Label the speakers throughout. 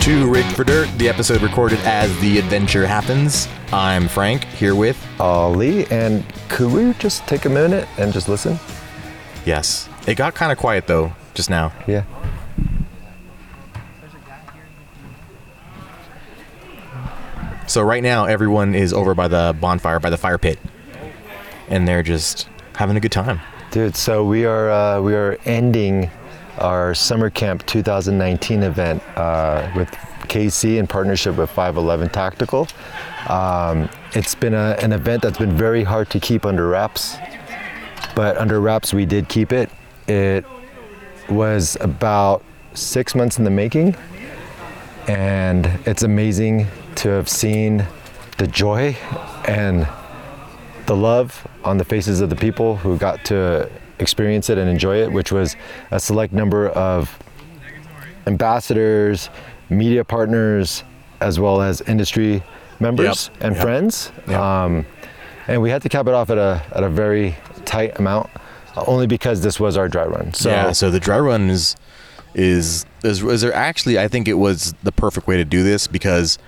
Speaker 1: to Rick for Dirt, the episode recorded as the adventure happens. I'm Frank, here with.
Speaker 2: Ollie, and could we just take a minute and just listen?
Speaker 1: Yes. It got kind of quiet though, just now.
Speaker 2: Yeah.
Speaker 1: So right now, everyone is over by the bonfire, by the fire pit, and they're just having a good time.
Speaker 2: Dude, so we are uh, we are ending our summer camp 2019 event uh, with KC in partnership with 511 Tactical. Um, it's been a, an event that's been very hard to keep under wraps, but under wraps we did keep it. It was about six months in the making, and it's amazing to have seen the joy and the love on the faces of the people who got to experience it and enjoy it, which was a select number of ambassadors, media partners, as well as industry members
Speaker 1: Yep.
Speaker 2: and
Speaker 1: Yep.
Speaker 2: friends.
Speaker 1: Yep.
Speaker 2: Um, and we had to cap it off at a, at a very tight amount, uh, only because this was our dry run. So,
Speaker 1: yeah, so the dry run is is is, is there actually I think it was the perfect way to do this because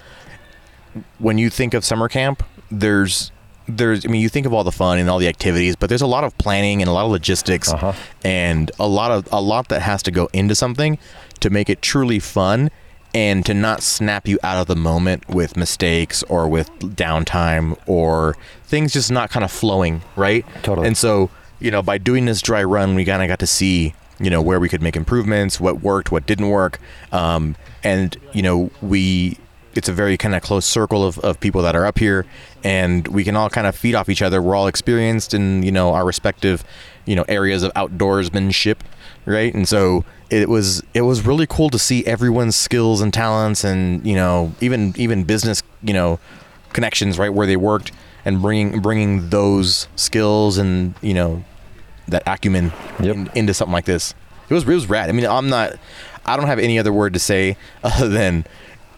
Speaker 1: when you think of summer camp, there's there's I mean you think of all the fun and all the activities, but there's a lot of planning and a lot of logistics
Speaker 2: Uh-huh.
Speaker 1: and a lot of a lot that has to go into something to make it truly fun and to not snap you out of the moment with mistakes or with downtime or things just not kind of flowing, right?
Speaker 2: Totally.
Speaker 1: And so, you know, by doing this dry run, we kind of got to see, you know, where we could make improvements, what worked, what didn't work. Um, and, you know, we, it's a very kind of close circle of, of people that are up here and we can all kind of feed off each other. We're all experienced in, you know, our respective, you know, areas of outdoorsmanship. Right. And so it was, it was really cool to see everyone's skills and talents and, you know, even, even business, you know, connections right where they worked and bringing bringing those skills and you know that acumen
Speaker 2: Yep.
Speaker 1: in- into something like this it was it was rad i mean i'm not i don't have any other word to say other than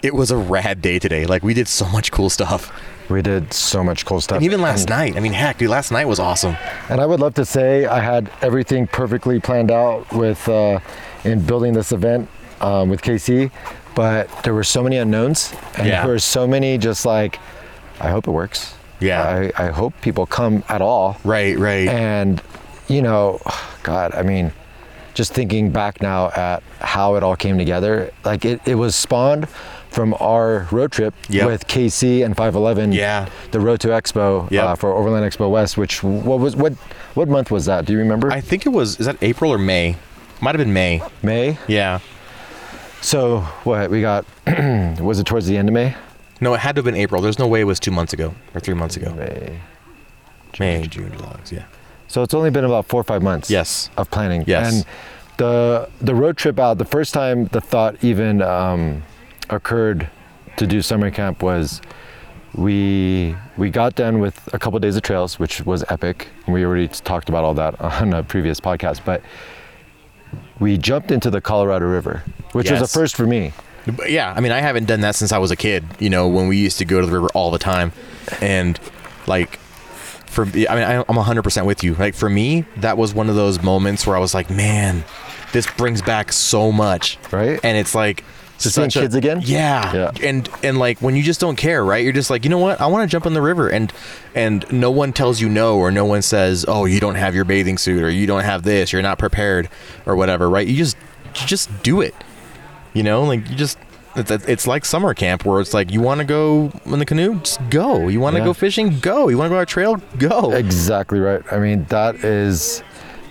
Speaker 1: it was a rad day today like we did so much cool stuff
Speaker 2: We did so much cool stuff.
Speaker 1: and even last
Speaker 2: And-
Speaker 1: night i mean heck dude last night was awesome
Speaker 2: And I would love to say I had everything perfectly planned out with uh, in building this event um, with KC, but there were so many unknowns, and
Speaker 1: Yeah.
Speaker 2: there were so many just like, I hope it works.
Speaker 1: Yeah.
Speaker 2: I, I hope people come at all.
Speaker 1: right right
Speaker 2: And, you know, God, I mean, just thinking back now at how it all came together, like it, it was spawned from our road trip
Speaker 1: Yep.
Speaker 2: with KC and 511.
Speaker 1: Yeah.
Speaker 2: The Road to Expo
Speaker 1: Yep.
Speaker 2: uh, for Overland Expo West, which what was what what month was that? Do you remember?
Speaker 1: i think it was is that april or may might have been may
Speaker 2: May.
Speaker 1: yeah
Speaker 2: So what we got was it towards the end of May?
Speaker 1: no it had to have been april there's no way it was two months ago or three months ago
Speaker 2: May.
Speaker 1: may june july August, yeah
Speaker 2: So it's only been about four or five months.
Speaker 1: Yes.
Speaker 2: Of planning.
Speaker 1: Yes.
Speaker 2: And the the road trip out. The first time the thought even um, occurred to do summer camp was we we got done with a couple days of trails, which was epic. We already talked about all that on a previous podcast, but we jumped into the Colorado River, which was
Speaker 1: Yes.
Speaker 2: a first for me.
Speaker 1: But yeah, I mean, I haven't done that since I was a kid. You know, when we used to go to the river all the time, and like, for I mean, I, I'm 100 percent with you. Like for me, that was one of those moments where I was like, man, this brings back so much,
Speaker 2: Right.
Speaker 1: And it's like.
Speaker 2: To seeing
Speaker 1: such a-
Speaker 2: kids again?
Speaker 1: yeah.
Speaker 2: Yeah.
Speaker 1: and and like when you just don't care right you're just like you know what i want to jump in the river and and no one tells you no or no one says oh you don't have your bathing suit or you don't have this you're not prepared or whatever right you just you just do it you know like you just it's, it's like summer camp where it's like you want to go in the canoe just go you want to
Speaker 2: Yeah.
Speaker 1: go fishing go you want to go on a trail go
Speaker 2: Exactly right. I mean, that is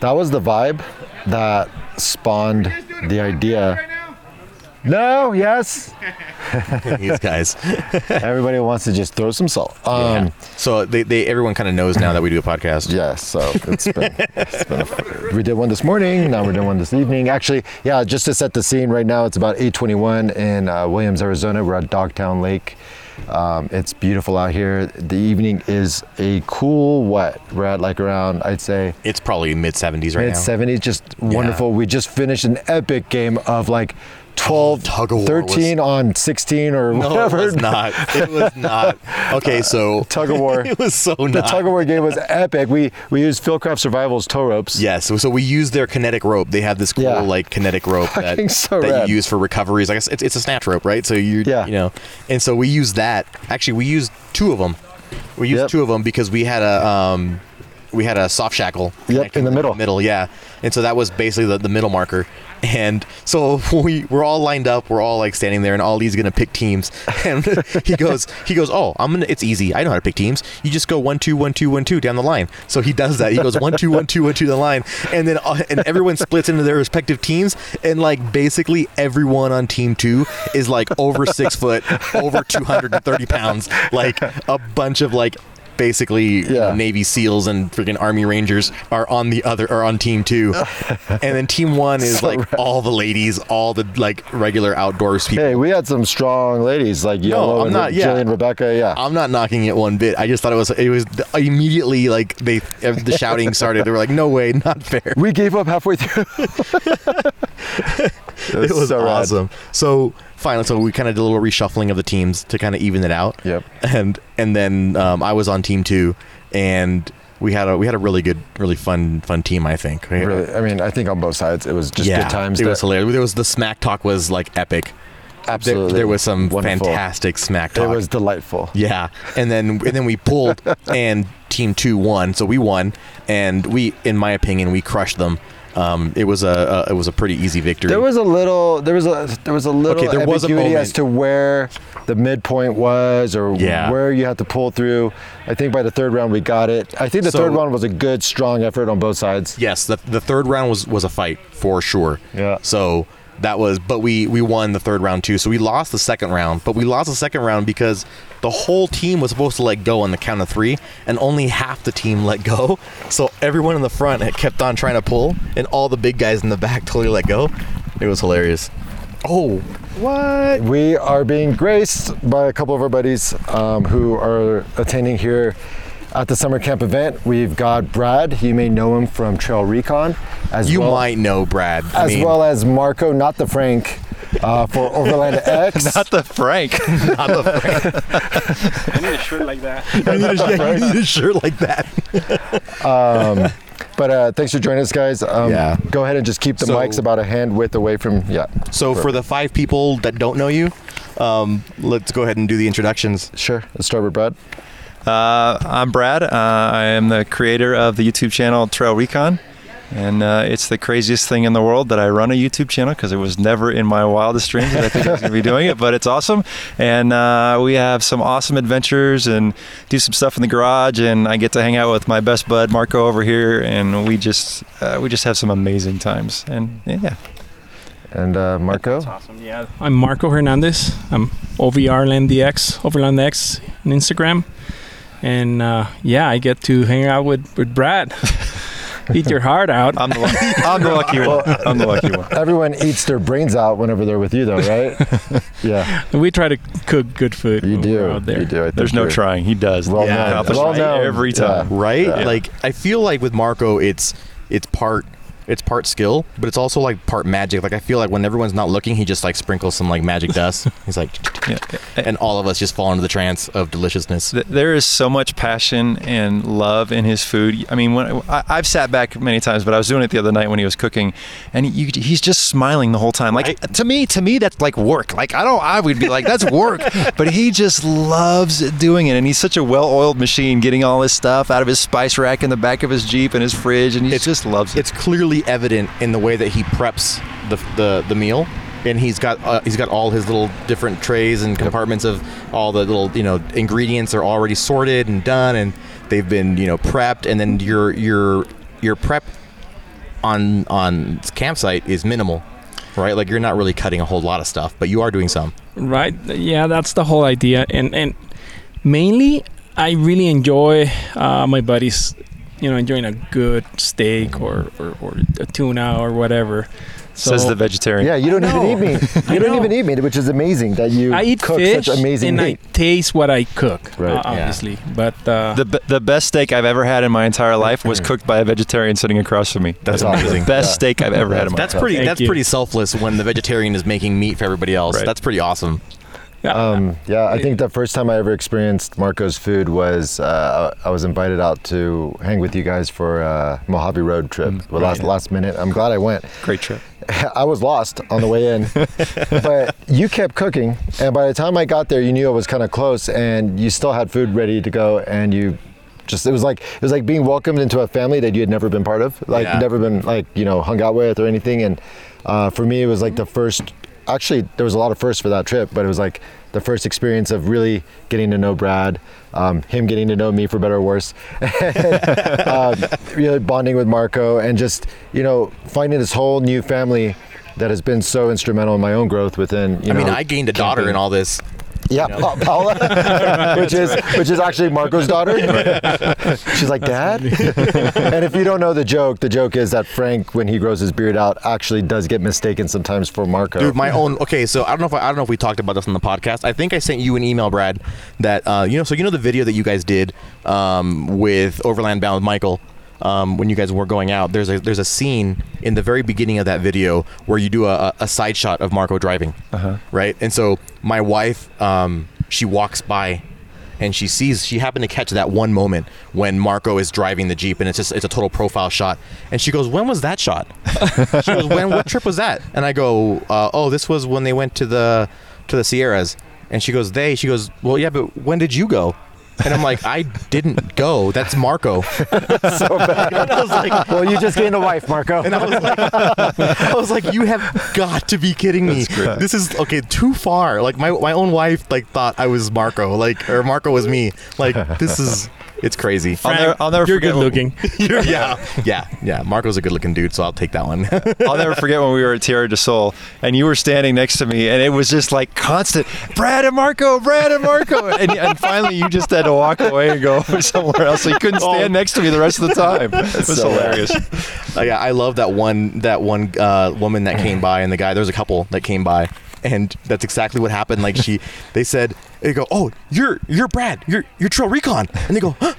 Speaker 2: that was the vibe that spawned the idea. No, yes.
Speaker 1: these guys
Speaker 2: Everybody wants to just throw some salt.
Speaker 1: um,
Speaker 2: Um
Speaker 1: so they, they everyone kind of knows now that we do a podcast
Speaker 2: yeah, so it's been, it's been a, we did one this morning, now we're doing one this evening. Actually, yeah, just to set the scene right now, it's about 8:21 in uh, Williams, Arizona. We're at Dogtown Lake. Um, it's beautiful out here. The evening is a cool what? We're at like around I'd say
Speaker 1: it's probably mid 70s right now
Speaker 2: mid 70s just wonderful we just finished an epic game of like 12,
Speaker 1: tug of war was-
Speaker 2: 13 on 16 or
Speaker 1: No, it
Speaker 2: whatever.
Speaker 1: was not. It was not. Okay, so
Speaker 2: Tug of war.
Speaker 1: it was so
Speaker 2: The
Speaker 1: not.
Speaker 2: tug of war game was epic. We we used Philcraft Survival's tow ropes.
Speaker 1: Yes, so we use their kinetic rope. They have this cool
Speaker 2: Yeah.
Speaker 1: like kinetic rope
Speaker 2: Fucking
Speaker 1: that,
Speaker 2: so
Speaker 1: that
Speaker 2: rad.
Speaker 1: you use for recoveries. I guess it's, it's a snatch rope, right? So you
Speaker 2: Yeah.
Speaker 1: you know, and so we use that. Actually, we used two of them. We used
Speaker 2: Yep.
Speaker 1: two of them because we had a um, we had a soft shackle. connecting
Speaker 2: in the
Speaker 1: them
Speaker 2: middle.
Speaker 1: Middle, yeah. And so that was basically the, the middle marker. And so we we're all lined up. We're all like standing there, and Ollie's gonna pick teams. And he goes, he goes, oh, I'm gonna. It's easy. I know how to pick teams. You just go one two one two one two down the line. So he does that. He goes one two one two one two down the line, and then uh, and everyone splits into their respective teams. And like basically everyone on team two is like over six foot, over two hundred and thirty pounds, like a bunch of like basically you know,
Speaker 2: Yeah.
Speaker 1: Navy SEALs and freaking Army Rangers are on the other are on team two, and then team one is like all the ladies, all the like regular outdoors people.
Speaker 2: Hey, we had some strong ladies like Yolo
Speaker 1: I'm
Speaker 2: and
Speaker 1: not-
Speaker 2: Re-
Speaker 1: yeah. Uh,
Speaker 2: Jillian, Rebecca. Yeah.
Speaker 1: I'm not knocking it one bit. I just thought it was it was immediately like they the shouting started. They were like, "No way, not fair."
Speaker 2: we gave up halfway through.
Speaker 1: It was
Speaker 2: so rad.
Speaker 1: awesome. So finally, so we kind of did a little reshuffling of the teams to kind of even it out.
Speaker 2: Yep.
Speaker 1: And and then um, I was on team two, and we had a we had a really good, really fun, fun team. I think.
Speaker 2: Really, I mean, I think on both sides it was just good times.
Speaker 1: It
Speaker 2: there.
Speaker 1: was hilarious. There was the smack talk was like epic. There,
Speaker 2: Absolutely.
Speaker 1: there was some
Speaker 2: Wonderful.
Speaker 1: fantastic smack
Speaker 2: It
Speaker 1: talk.
Speaker 2: was delightful.
Speaker 1: yeah, and then and then we pulled, and team two won, so we won, and we, in my opinion, we crushed them. Um, it was a, a it was a pretty easy victory.
Speaker 2: There was a little. There was a. There was a little
Speaker 1: Okay, there was a
Speaker 2: ambiguity
Speaker 1: moment.
Speaker 2: as to where the midpoint was, or
Speaker 1: Yeah.
Speaker 2: where you had to pull through. I think by the third round we got it. I think the
Speaker 1: So-
Speaker 2: third round was a good, strong effort on both sides.
Speaker 1: yes, the, the third round was was a fight for sure.
Speaker 2: Yeah.
Speaker 1: So that was, but we we won the third round too. So we lost the second round, but we lost the second round because the whole team was supposed to let go on the count of three, and only half the team let go. So everyone in the front had kept on trying to pull, and all the big guys in the back totally let go. It was hilarious. Oh, what?
Speaker 2: We are being graced by a couple of our buddies um, who are attending here at the summer camp event. We've got Brad. You may know him from Trail Recon, as
Speaker 1: You
Speaker 2: well
Speaker 1: might know, Brad. I
Speaker 2: as
Speaker 1: mean,
Speaker 2: well as Marco, not the Frank, uh, for Overland X.
Speaker 3: Not the Frank.
Speaker 1: not the Frank.
Speaker 4: I need a shirt like that.
Speaker 1: You need a- yeah, you need a shirt like that.
Speaker 2: But uh, thanks for joining us, guys. Um,
Speaker 1: Yeah.
Speaker 2: Go ahead and just keep the
Speaker 1: So-
Speaker 2: mics about a hand width away from. Yeah.
Speaker 1: So for the five people that don't know you, um, let's go ahead and do the introductions.
Speaker 2: Sure. Let's start with Brad.
Speaker 3: Uh, I'm Brad. Uh, I am the creator of the YouTube channel Trail Recon. And uh, it's the craziest thing in the world that I run a YouTube channel because it was never in my wildest dreams that I think I was going to be doing it, but it's awesome. And uh, we have some awesome adventures and do some stuff in the garage. And I get to hang out with my best bud Marco over here, and we just uh, we just have some amazing times. And yeah,
Speaker 2: And uh, Marco.
Speaker 4: That's awesome. Yeah. Oh. I'm Marco Hernandez. I'm OVRLandDX, OverlandX on Instagram. And uh, yeah, I get to hang out with, with Brad. Eat your heart out.
Speaker 3: I'm the lucky, I'm the lucky one. I'm the lucky one.
Speaker 2: Everyone eats their brains out whenever they're with you, though, right? yeah.
Speaker 4: We try to cook good food.
Speaker 2: You
Speaker 4: when
Speaker 2: do.
Speaker 4: We're out there.
Speaker 2: You do. I think
Speaker 3: There's no
Speaker 2: you're-
Speaker 3: trying. He does.
Speaker 2: Well
Speaker 1: Yeah,
Speaker 2: known.
Speaker 1: accomplish
Speaker 2: Well
Speaker 3: right
Speaker 2: known.
Speaker 3: every
Speaker 2: Yeah.
Speaker 3: time.
Speaker 1: right?
Speaker 3: Yeah.
Speaker 1: Like I feel like with Marco, it's it's part it's part skill, but it's also like part magic. Like I feel like when everyone's not looking, he just like sprinkles some like magic dust. He's like,
Speaker 3: Yeah.
Speaker 1: and all of us just fall into the trance of deliciousness.
Speaker 3: Th- there is so much passion and love in his food. I mean, when I, I've sat back many times, but I was doing it the other night when he was cooking, and you, he's just smiling the whole time. Like
Speaker 1: Right.
Speaker 3: to me, to me, that's like work. Like I don't, I would be like, that's work. but he just loves doing it, and he's such a well-oiled machine, getting all his stuff out of his spice rack in the back of his jeep and his fridge, and he just loves it.
Speaker 1: It's clearly evident in the way that he preps the the, the meal. And he's got uh, he's got all his little different trays and compartments of all the little you know ingredients are already sorted and done and they've been you know prepped and then your your your prep on on campsite is minimal, right? Like you're not really cutting a whole lot of stuff, but you are doing some.
Speaker 4: Right. Yeah, that's the whole idea. And and mainly, I really enjoy uh, my buddies you know, enjoying a good steak or, or, or a tuna or whatever. So
Speaker 3: Says the vegetarian.
Speaker 2: Yeah, you don't even
Speaker 4: know.
Speaker 2: eat meat. You don't
Speaker 4: know.
Speaker 2: even eat meat, which is amazing that you
Speaker 4: I eat
Speaker 2: cook
Speaker 4: fish
Speaker 2: such amazing
Speaker 4: and
Speaker 2: meat.
Speaker 4: I taste what I cook,
Speaker 2: Right.
Speaker 4: uh,
Speaker 2: Yeah.
Speaker 4: obviously. But uh,
Speaker 3: The, be- the best steak I've ever had in my entire life was cooked by a vegetarian sitting across from me.
Speaker 1: That's
Speaker 3: It was
Speaker 1: amazing.
Speaker 3: The best steak I've ever had in my
Speaker 1: That's
Speaker 3: life.
Speaker 1: pretty.
Speaker 4: Thank
Speaker 1: that's
Speaker 4: you.
Speaker 1: pretty selfless when the vegetarian is making meat for everybody else.
Speaker 3: Right.
Speaker 1: That's pretty awesome.
Speaker 2: Um, yeah, I think the first time I ever experienced Marco's food was uh, I was invited out to hang with you guys for a Mojave Road trip.
Speaker 4: Mm,
Speaker 2: Well, last, last minute. I'm glad I went.
Speaker 3: Great trip.
Speaker 2: I was lost on the way in, but you kept cooking. And by the time I got there, you knew I was kind of close, and you still had food ready to go, and you just it was like it was like being welcomed into a family that you had never been part of, like
Speaker 1: Yeah.
Speaker 2: never been like you know hung out with or anything. And uh, for me, it was like the first. Actually, there was a lot of firsts for that trip, but it was like the first experience of really getting to know Brad, um, him getting to know me for better or worse, um, really bonding with Marco and just you know finding this whole new family that has been so instrumental in my own growth within. You
Speaker 1: I
Speaker 2: know,
Speaker 1: mean, I gained a daughter in all this.
Speaker 2: yeah, Pa- Paula, which is which is actually Marco's daughter. She's like, Dad. and if you don't know the joke, the joke is that Frank, when he grows his beard out, actually does get mistaken sometimes for Marco.
Speaker 1: Dude, my own. Okay, so I don't know if I, I don't know if we talked about this on the podcast. I think I sent you an email, Brad, that uh, you know. So you know the video that you guys did um, with Overland Bound with Michael um, when you guys were going out. There's a there's a scene in the very beginning of that video where you do a, a- a side shot of Marco driving, right? And so my wife, um, she walks by. And she sees she happened to catch that one moment when Marco is driving the jeep, and it's just it's a total profile shot. And she goes, "When was that shot?" she goes, "When? What trip was that?" And I go, uh, "Oh, this was when they went to the to the Sierras." And she goes, "They." She goes, "Well, yeah, but when did you go?" And I'm like, "I didn't go. That's Marco."
Speaker 2: so bad.
Speaker 1: And I was like.
Speaker 2: Well, you just gained a wife, Marco.
Speaker 1: And I was like, I was like, you have got to be kidding me. This is okay, too far. Like my, my own wife like thought I was Marco, like or Marco was me. Like this is, it's crazy.
Speaker 3: I'll never, I'll never
Speaker 4: you're
Speaker 3: forget
Speaker 4: good looking.
Speaker 1: yeah, yeah, yeah. Marco's a good looking dude, so I'll take that one.
Speaker 3: I'll never forget when we were at Tierra del Sol and you were standing next to me and it was just like constant Brad and Marco, Brad and Marco. And, and finally you just had to walk away and go somewhere else. So you couldn't stand next to me the rest of the time. It was
Speaker 2: Oh. so bad.
Speaker 3: hilarious.
Speaker 1: Uh, yeah, I love that one that one uh, woman that came by and the guy. There was a couple that came by, and that's exactly what happened. Like she, they said they go, "Oh, you're you're Brad, you're you're Trail Recon," and they go, huh?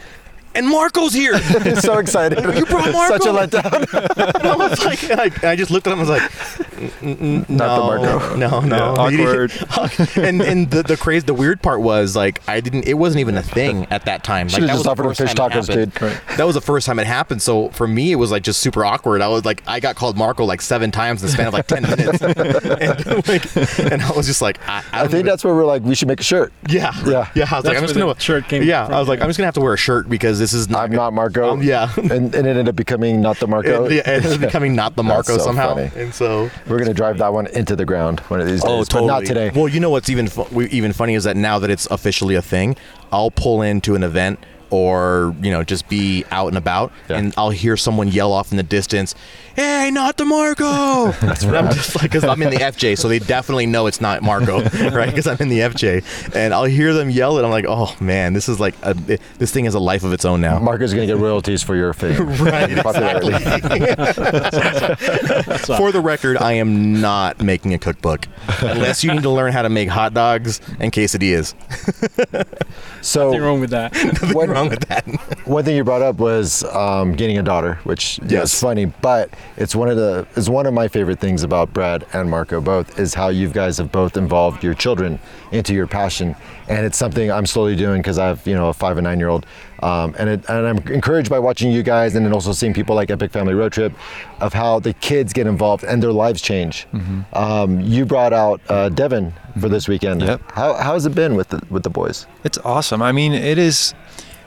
Speaker 1: "And Marco's here." And
Speaker 2: so excited.
Speaker 1: You brought Marco?
Speaker 2: Such a letdown.
Speaker 1: I was like, and I, and I just looked at him. I was like, "N- n- n-
Speaker 2: Not the
Speaker 1: no,
Speaker 2: Marco."
Speaker 1: No, no,
Speaker 3: awkward.
Speaker 1: and and the the crazy, the weird part was like I didn't. It wasn't even a thing at that time. Like,
Speaker 2: Should've
Speaker 1: that
Speaker 2: just
Speaker 1: was the
Speaker 2: offered him
Speaker 1: first
Speaker 2: fish
Speaker 1: time it
Speaker 2: tacos,
Speaker 1: happened.
Speaker 2: dude. Right.
Speaker 1: That was the first time it happened. So for me, it was like just super awkward. I was like, I got called Marco like seven times in the span of like ten minutes, and, like, and I was just like, I, I,
Speaker 2: I
Speaker 1: don't
Speaker 2: think
Speaker 1: even-
Speaker 2: that's where we're like, we should make a shirt.
Speaker 1: yeah,
Speaker 2: Yeah.
Speaker 1: yeah. I was like,
Speaker 4: That's
Speaker 1: I'm just
Speaker 4: where the
Speaker 1: gonna
Speaker 4: shirt came
Speaker 1: Yeah,
Speaker 4: from,
Speaker 1: I was like, I'm just gonna have to wear a shirt because this is not.
Speaker 2: I'm not Marco.
Speaker 1: Um, yeah.
Speaker 2: and, and it ended up becoming not the Marco.
Speaker 1: It, yeah, it is becoming not the Marco
Speaker 2: so
Speaker 1: somehow,
Speaker 2: funny.
Speaker 1: and so
Speaker 2: We're gonna drive that one into the ground one of these days.
Speaker 1: Oh,
Speaker 2: But
Speaker 1: totally.
Speaker 2: not today.
Speaker 1: Well, you know what's even fu- we- even funny is that now that it's officially a thing, I'll pull into an event or you know just be out and about,
Speaker 2: Yeah.
Speaker 1: and I'll hear someone yell off in the distance, "Hey, not the Marco!" That's right. I'm just like, because I'm in the FJ, so they definitely know it's not Marco, right? Because I'm in the FJ, and I'll hear them yell it. I'm like, "Oh man, this is like a, this thing has a life of its own now."
Speaker 2: Marco's gonna get royalties for your fame.
Speaker 1: Right,
Speaker 2: Popularity.
Speaker 1: exactly. For the record, I am not making a cookbook unless you need to learn how to make hot dogs and quesadillas.
Speaker 4: Nothing
Speaker 2: So
Speaker 4: wrong with that.
Speaker 1: What's
Speaker 2: What-
Speaker 1: wrong with that?
Speaker 2: one thing you brought up was um, getting a daughter, which yeah,
Speaker 1: Yes.
Speaker 2: is funny, but it's one of the it's one of my favorite things about Brad and Marco both is how you guys have both involved your children into your passion, and it's something I'm slowly doing because I have you know a five and nine year old, um, and it, and I'm encouraged by watching you guys and then also seeing people like Epic Family Road Trip, of how the kids get involved and their lives change.
Speaker 3: Mm-hmm.
Speaker 2: Um, you brought out uh, Devin for this weekend.
Speaker 3: Yep.
Speaker 2: How how's it been with the with the boys?
Speaker 3: It's awesome. I mean, it is.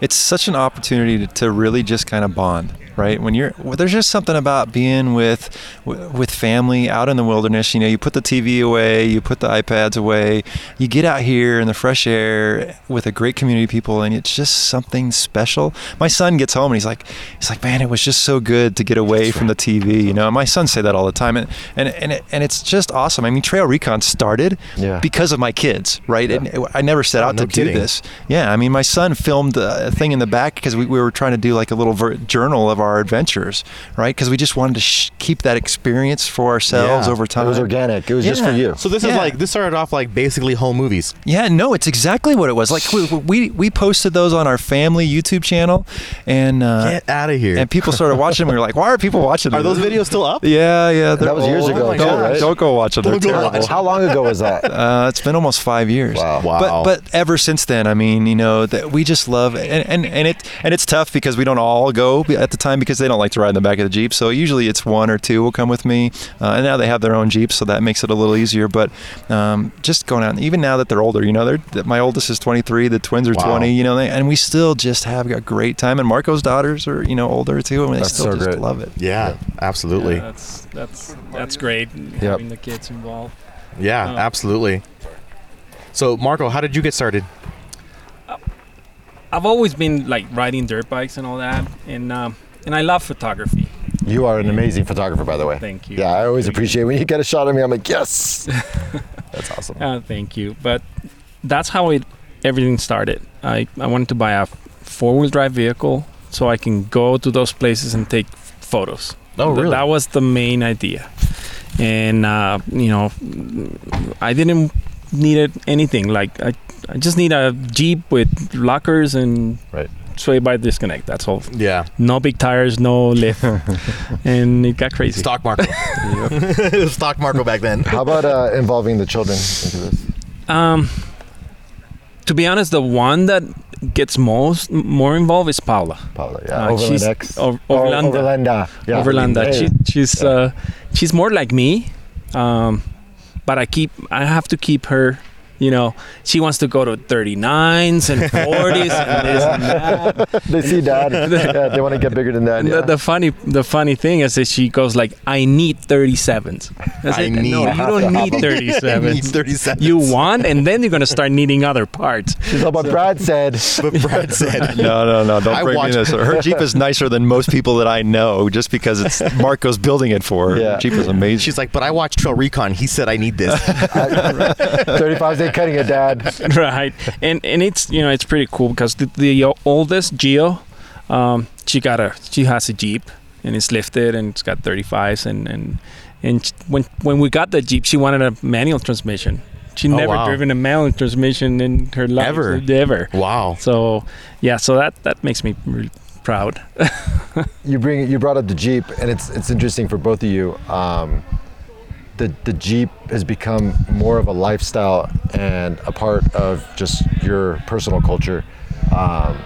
Speaker 3: It's such an opportunity to, to really just kind of bond. right? When you're well, there's just something about being with w- with family out in the wilderness. You know, you put the TV away, you put the iPads away, you get out here in the fresh air with a great community of people, and it's just something special. My son gets home and he's like, he's like, man, it was just so good to get away from the TV. You know, and my sons say that all the time, and and and, it, and it's just awesome. I mean, Trail Recon started
Speaker 2: Yeah.
Speaker 3: because of my kids, right? And I never set out
Speaker 1: no
Speaker 3: to
Speaker 1: kidding.
Speaker 3: do this. Yeah, I mean, my son filmed a thing in the back because we, we were trying to do like a little ver- journal of our adventures, right? Because we just wanted to sh- keep that experience for ourselves
Speaker 1: Yeah,
Speaker 3: over time.
Speaker 2: It was organic. It was just for
Speaker 3: Yeah.
Speaker 2: you.
Speaker 1: So this is
Speaker 3: Yeah.
Speaker 1: like this started off like basically home movies.
Speaker 3: Yeah, no, it's exactly what it was. Like we we, we posted those on our family YouTube channel, and uh,
Speaker 1: Get out of here.
Speaker 3: and people started watching. them. We were like, why are people watching?
Speaker 1: Are those
Speaker 3: this?"
Speaker 1: videos still up?
Speaker 3: Yeah, yeah, they're
Speaker 2: That was years
Speaker 3: old.
Speaker 2: ago,
Speaker 1: Oh my
Speaker 3: Don't,
Speaker 1: gosh.
Speaker 3: don't go watch them. They're
Speaker 1: Don't go
Speaker 3: terrible.
Speaker 1: watch
Speaker 2: How long ago was that?
Speaker 3: Uh, it's been almost five years.
Speaker 2: Wow.
Speaker 1: Wow.
Speaker 3: But but ever since then, I mean, you know, that we just love and, and and it and it's tough because we don't all go at the time because they don't like to ride in the back of the jeep. So usually it's one or two will come with me, uh, and now they have their own jeeps, so that makes it a little easier. But um, just going out, and even now that they're older, you know, they're that my oldest is 23, the twins are
Speaker 1: Wow.
Speaker 3: 20, you know, they, and we still just have a great time. And Marco's daughters are you know older too, and they
Speaker 2: That's
Speaker 3: still
Speaker 2: so
Speaker 3: just
Speaker 2: great.
Speaker 3: love it.
Speaker 1: Yeah, absolutely.
Speaker 4: Yeah, that's that's that's great having the kids involved.
Speaker 1: Yeah,
Speaker 4: Oh.
Speaker 1: absolutely. So, Marco, how did you get started?
Speaker 4: I've always been like riding dirt bikes and all that, and um, and I love photography.
Speaker 2: You are an amazing photographer, by the way.
Speaker 4: Thank you.
Speaker 2: Yeah, I always appreciate when you get a shot of me. I'm like, yes. That's awesome.
Speaker 4: Uh, thank you. But that's how it everything started. I, I wanted to buy a four wheel drive vehicle so I can go to those places and take photos.
Speaker 1: Oh,
Speaker 4: Th-
Speaker 1: really?
Speaker 4: That was the main idea. And, uh, you know, I didn't needed anything. Like, I, I just need a Jeep with lockers and
Speaker 2: Right.
Speaker 4: sway by disconnect. That's all.
Speaker 1: Yeah,
Speaker 4: No big tires, no lift. and it got crazy.
Speaker 1: stock Marco. stock Marco back then.
Speaker 2: How about uh, involving the children into this?
Speaker 4: Um, to be honest, the one that gets most more involved is Paula.
Speaker 2: Paula, yeah.
Speaker 4: Uh, she's
Speaker 2: Overland X.
Speaker 4: Ov-
Speaker 2: Oh,
Speaker 4: Overlanda.
Speaker 2: Overlanda. Yeah.
Speaker 4: Overlanda.
Speaker 2: Hey.
Speaker 4: She, she's uh, she's more like me, um, but I keep I have to keep her. You know, she wants to go to 39s and 40s and this and that.
Speaker 2: they see dad. yeah, they want to get bigger than that.
Speaker 4: And
Speaker 2: Yeah.
Speaker 4: the, the funny the funny thing is that she goes like, "I need 37s." I,
Speaker 1: I
Speaker 4: say,
Speaker 1: need-
Speaker 4: no,
Speaker 1: I
Speaker 2: have
Speaker 4: you
Speaker 2: to
Speaker 4: don't
Speaker 2: have
Speaker 4: need
Speaker 2: them."
Speaker 1: Need
Speaker 4: 37s.
Speaker 1: 37.
Speaker 4: You want, and then you're gonna start needing other parts.
Speaker 2: She's all, but Brad said,
Speaker 1: But Brad said.
Speaker 3: No, no, no! Don't
Speaker 1: I
Speaker 3: bring
Speaker 1: watch-
Speaker 3: me this. Her Jeep is nicer than most people that I know, just because it's Marco's building it for. her.
Speaker 2: Yeah.
Speaker 3: Her Jeep is amazing.
Speaker 1: She's like, but I watched Trail Recon. He said I need this.
Speaker 2: 35's ain't cutting it, dad.
Speaker 4: right and and it's you know it's pretty cool because the, the oldest geo um she got a she has a jeep and it's lifted and it's got 35s and and and sh- when when we got the jeep she wanted a manual transmission she
Speaker 1: Oh,
Speaker 4: never
Speaker 1: wow.
Speaker 4: driven a manual transmission in her life
Speaker 1: Ever.
Speaker 4: ever
Speaker 1: wow.
Speaker 4: so yeah so that that makes me really proud
Speaker 2: You bring you brought up the Jeep, and it's it's interesting for both of you. Um, the, the Jeep has become more of a lifestyle and a part of just your personal culture um,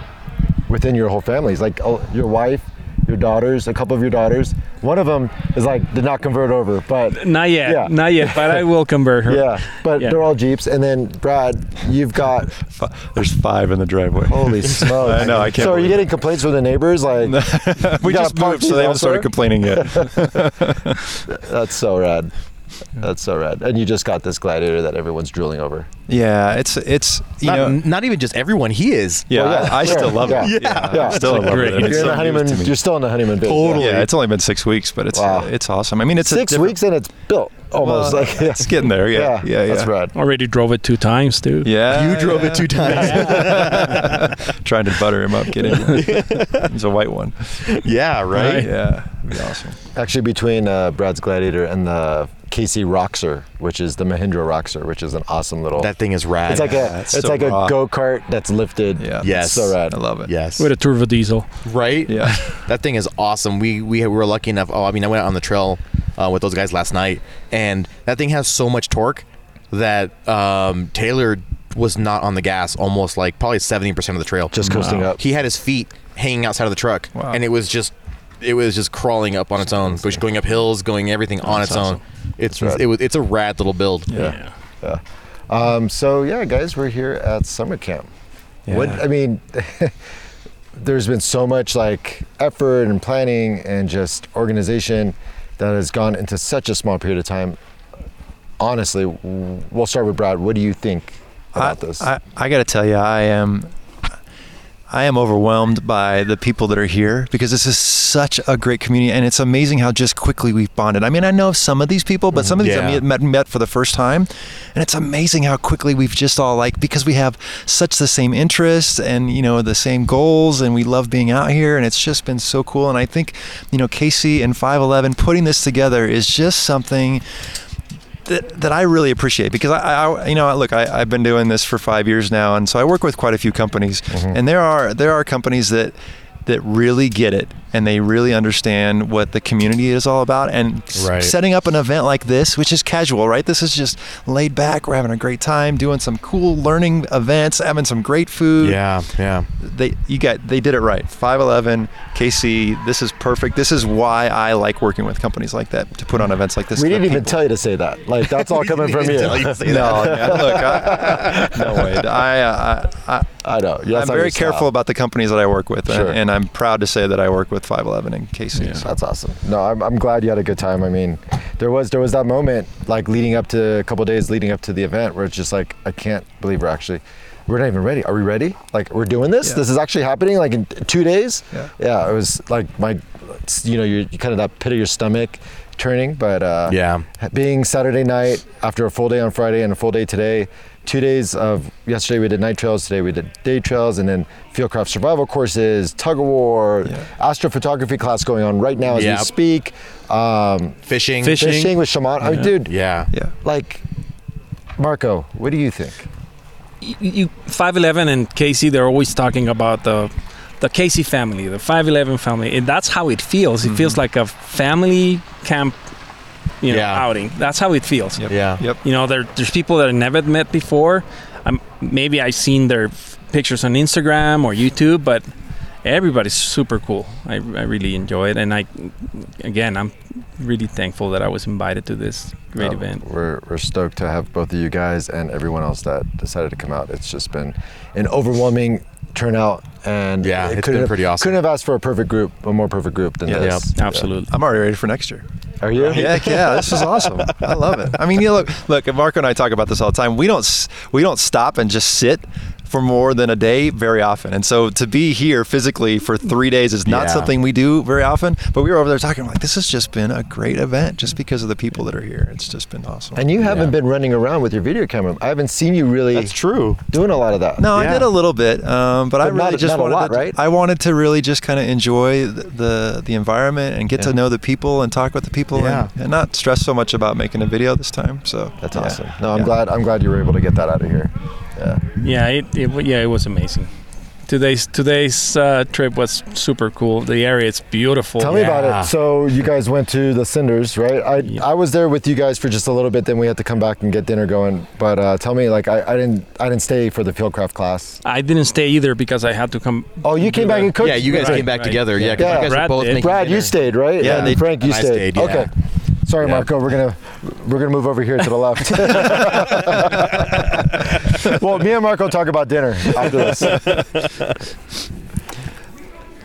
Speaker 2: within your whole families. Like oh, your wife, your daughters, a couple of your daughters. One of them is like did not convert over, but
Speaker 4: not yet
Speaker 2: Yeah.
Speaker 4: not yet but i will convert her
Speaker 2: yeah, but
Speaker 4: Yeah.
Speaker 2: they're all Jeeps. And then Brad, you've got
Speaker 3: Fi- There's five in the driveway.
Speaker 2: holy smokes.
Speaker 3: I know, I can't
Speaker 2: So are you
Speaker 3: believe
Speaker 2: getting complaints from the neighbors? Like
Speaker 3: we
Speaker 2: gotta
Speaker 3: just
Speaker 2: park
Speaker 3: moved,
Speaker 2: these
Speaker 3: so they haven't
Speaker 2: elsewhere?
Speaker 3: started complaining yet.
Speaker 2: that's so rad. That's so rad. And you just got this gladiator that everyone's drooling over.
Speaker 3: yeah, it's it's you
Speaker 1: Not,
Speaker 3: know.
Speaker 1: not even just everyone. He is.
Speaker 3: Yeah,
Speaker 2: Well, oh, yeah,
Speaker 3: I, I
Speaker 2: sure,
Speaker 3: still love
Speaker 2: yeah.
Speaker 3: it. Uh, Yeah,
Speaker 2: Yeah.
Speaker 3: I still
Speaker 4: It's
Speaker 3: love
Speaker 4: great.
Speaker 3: it. and
Speaker 4: You're
Speaker 3: It's
Speaker 2: You're in
Speaker 3: so
Speaker 2: a
Speaker 3: new
Speaker 2: honeymoon.
Speaker 3: to me.
Speaker 2: You're still in the honeymoon phase.
Speaker 1: Totally.
Speaker 3: Yeah, it's only been six weeks, but it's
Speaker 2: Wow.
Speaker 3: it's awesome. I mean, it's a
Speaker 2: Six
Speaker 3: different-
Speaker 2: weeks and it's built almost.
Speaker 3: Well,
Speaker 2: like yeah.
Speaker 3: it's getting there. Yeah, yeah, yeah.
Speaker 2: That's rad.
Speaker 4: already drove it two times too
Speaker 3: Yeah,
Speaker 1: You drove
Speaker 3: yeah.
Speaker 1: it two times.
Speaker 3: Trying to butter him up, get him. it's a white one.
Speaker 1: yeah, right?
Speaker 4: Right.
Speaker 3: Yeah, it'd be awesome.
Speaker 2: Actually, between uh, Brad's gladiator and the KC Roxer, which is the Mahindra Roxer, which is an awesome little.
Speaker 1: That thing is rad.
Speaker 2: it's like
Speaker 3: Yeah,
Speaker 2: a
Speaker 3: it's
Speaker 2: it's,
Speaker 3: so
Speaker 2: like
Speaker 3: raw.
Speaker 2: a go kart that's lifted.
Speaker 3: Yeah.
Speaker 1: Yes.
Speaker 2: so
Speaker 3: I
Speaker 2: rad.
Speaker 3: love it.
Speaker 1: yes.
Speaker 4: with a turbo diesel
Speaker 1: Right?
Speaker 3: Yeah.
Speaker 1: That thing is awesome. We we were lucky enough. Oh, I mean, I went out on the trail uh, with those guys last night, and that thing has so much torque that um, Taylor was not on the gas almost like probably seventy percent of the trail.
Speaker 2: Just coasting up.
Speaker 1: He had his feet hanging outside of the truck,
Speaker 3: Wow.
Speaker 1: and it was just it was just crawling up on its own, which going up hills, going everything on
Speaker 3: That's
Speaker 1: its
Speaker 3: awesome.
Speaker 1: own. It's
Speaker 2: That's rad.
Speaker 1: it was it's a rad little build.
Speaker 3: Yeah.
Speaker 2: Um, so yeah, guys, we're here at summer camp. What
Speaker 3: Yeah.
Speaker 2: I mean, there's been so much like effort and planning and just organization that has gone into such a small period of time. Honestly, w- we'll start with Brad. What do you think about
Speaker 3: I,
Speaker 2: this?
Speaker 3: I, I got to tell you, I am, I am overwhelmed by the people that are here because this is such a great community, and it's amazing how just quickly we've bonded. I mean, I know some of these people, but some of these
Speaker 1: Yeah.
Speaker 3: I met, met for the first time, and it's amazing how quickly we've just all like because we have such the same interests and you know the same goals, and we love being out here, and it's just been so cool. And I think you know Casey and Five Eleven putting this together is just something that, that I really appreciate because I, I you know look I, I've been doing this for five years now and so I work with quite a few companies
Speaker 2: Mm-hmm.
Speaker 1: Mm.
Speaker 3: and there are there are companies that that really get it and they really understand what the community is all about and s-
Speaker 1: Right.
Speaker 3: setting up an event like this which is casual right this is just laid back we're having a great time doing some cool learning events having some great food
Speaker 1: Yeah, yeah.
Speaker 3: they you got they did it right 511 KC this is perfect this is why I like working with companies like that to put on events like this
Speaker 2: we
Speaker 3: The
Speaker 2: didn't even
Speaker 3: people-
Speaker 2: tell you to say that. Like that's all coming from you.
Speaker 3: no, no, look, I, no way. I, uh, I, I,
Speaker 2: I know. That's not
Speaker 3: I'm very
Speaker 2: your style.
Speaker 3: careful about the companies that I work with, and-
Speaker 2: Sure.
Speaker 3: and, I'm proud to say that I work with 511 and Casey. so.
Speaker 2: That's awesome. No, I'm, I'm glad you had a good time. I mean, there was there was that moment like leading up to a couple days leading up to the event where it's just like I can't believe we're actually we're not even ready. Are we ready? Like we're doing this.
Speaker 3: Yeah.
Speaker 2: This is actually happening. Like in two days.
Speaker 3: Yeah.
Speaker 2: Yeah. It was like my, you know, you kind of that pit of your stomach turning, but uh,
Speaker 1: Yeah.
Speaker 2: being Saturday night after a full day on Friday and a full day today, two days of yesterday we did night trails, today we did day trails, and then fieldcraft survival courses, tug of war,
Speaker 3: Yeah.
Speaker 2: astrophotography class going on right now as
Speaker 1: Yep.
Speaker 2: we speak, um,
Speaker 1: Fishing.
Speaker 4: Fish- Fishing.
Speaker 2: fishing with shaman. I mean, dude,
Speaker 1: Yeah.
Speaker 3: Yeah.
Speaker 2: like, Marco, what do you think?
Speaker 4: you- you 511 and Casey they're always talking about the the Casey family, the 511 family. And that's how it feels. It
Speaker 1: Mm-hmm.
Speaker 4: feels like a family camp you know
Speaker 1: Yeah.
Speaker 4: outing. That's how it feels.
Speaker 3: Yep.
Speaker 1: Yeah.
Speaker 3: Yep.
Speaker 4: You know, there, there's people that I never met before. Um, maybe I've seen their f- pictures on Instagram or YouTube, but everybody's super cool. I, I really enjoy it, and I, again, I'm really thankful that I was invited to this great
Speaker 1: Oh.
Speaker 2: Uh,
Speaker 4: event.
Speaker 2: We're, we're stoked to have both of you guys and everyone else that decided to come out. It's just been an overwhelming turnout, and
Speaker 1: Yeah,
Speaker 2: it
Speaker 1: it's
Speaker 2: couldn't
Speaker 1: been
Speaker 2: have-
Speaker 1: pretty awesome.
Speaker 2: Couldn't have asked for a perfect group, a more perfect group than
Speaker 3: Yeah.
Speaker 2: this.
Speaker 1: Yep.
Speaker 4: Absolutely.
Speaker 3: I'm already ready for next year.
Speaker 2: Are you?
Speaker 3: Heck yeah, this is awesome. I love it. I mean, you know, look, look, Marco and I talk about this all the time. We don't s- we don't stop and just sit for more than a day very often. And so to be here physically for three days is not
Speaker 1: Yeah.
Speaker 3: something we do very often. But we were over there talking like this has just been a great event just because of the people that are here. It's just been awesome.
Speaker 2: And you haven't
Speaker 1: Yeah.
Speaker 2: been running around with your video camera. I haven't seen you really
Speaker 1: That's true.
Speaker 2: doing a lot of that.
Speaker 3: No, I
Speaker 1: Yeah.
Speaker 3: did a little bit, um, but, I
Speaker 2: But
Speaker 3: really
Speaker 2: not-
Speaker 3: just
Speaker 2: not a
Speaker 3: wanted
Speaker 2: lot,
Speaker 3: to,
Speaker 2: right?
Speaker 3: I wanted to really just kind of enjoy the, the the environment and get
Speaker 2: Yeah.
Speaker 3: to know the people and talk with the people
Speaker 1: Yeah.
Speaker 3: and, and not stress so much about making a video this time. So
Speaker 2: That's
Speaker 3: yeah.
Speaker 2: awesome. No, I'm
Speaker 3: Yeah.
Speaker 2: glad. I'm glad you were able to get that out of here. Yeah.
Speaker 4: Yeah, it, it wa- yeah it was amazing. Today's today's uh, trip was super cool. The area it's beautiful.
Speaker 2: Tell me about
Speaker 1: Yeah.
Speaker 2: it. So you guys went to the Cinders, right? I
Speaker 4: Yeah.
Speaker 2: I was there with you guys for just a little bit. Then we had to come back and get dinner going. But uh, tell me, like, I, I didn't I didn't stay for the fieldcraft class.
Speaker 4: I didn't stay either because I had to come.
Speaker 2: Oh, you came back and cooked.
Speaker 1: Yeah, you guys
Speaker 4: Right,
Speaker 1: came back
Speaker 4: right.
Speaker 1: together. Yeah, 'cause
Speaker 2: Yeah.
Speaker 1: you guys
Speaker 4: Brad
Speaker 1: were both
Speaker 4: did.
Speaker 1: making
Speaker 2: Brad, you
Speaker 1: dinner.
Speaker 2: stayed, right?
Speaker 1: Yeah,
Speaker 2: and
Speaker 1: they-
Speaker 2: Frank, you
Speaker 1: and I
Speaker 2: stayed.
Speaker 1: stayed, yeah.
Speaker 2: Okay. Sorry,
Speaker 1: Yeah.
Speaker 2: Marco. We're gonna we're gonna move over here to the left. well, me and Marco talk about dinner after this.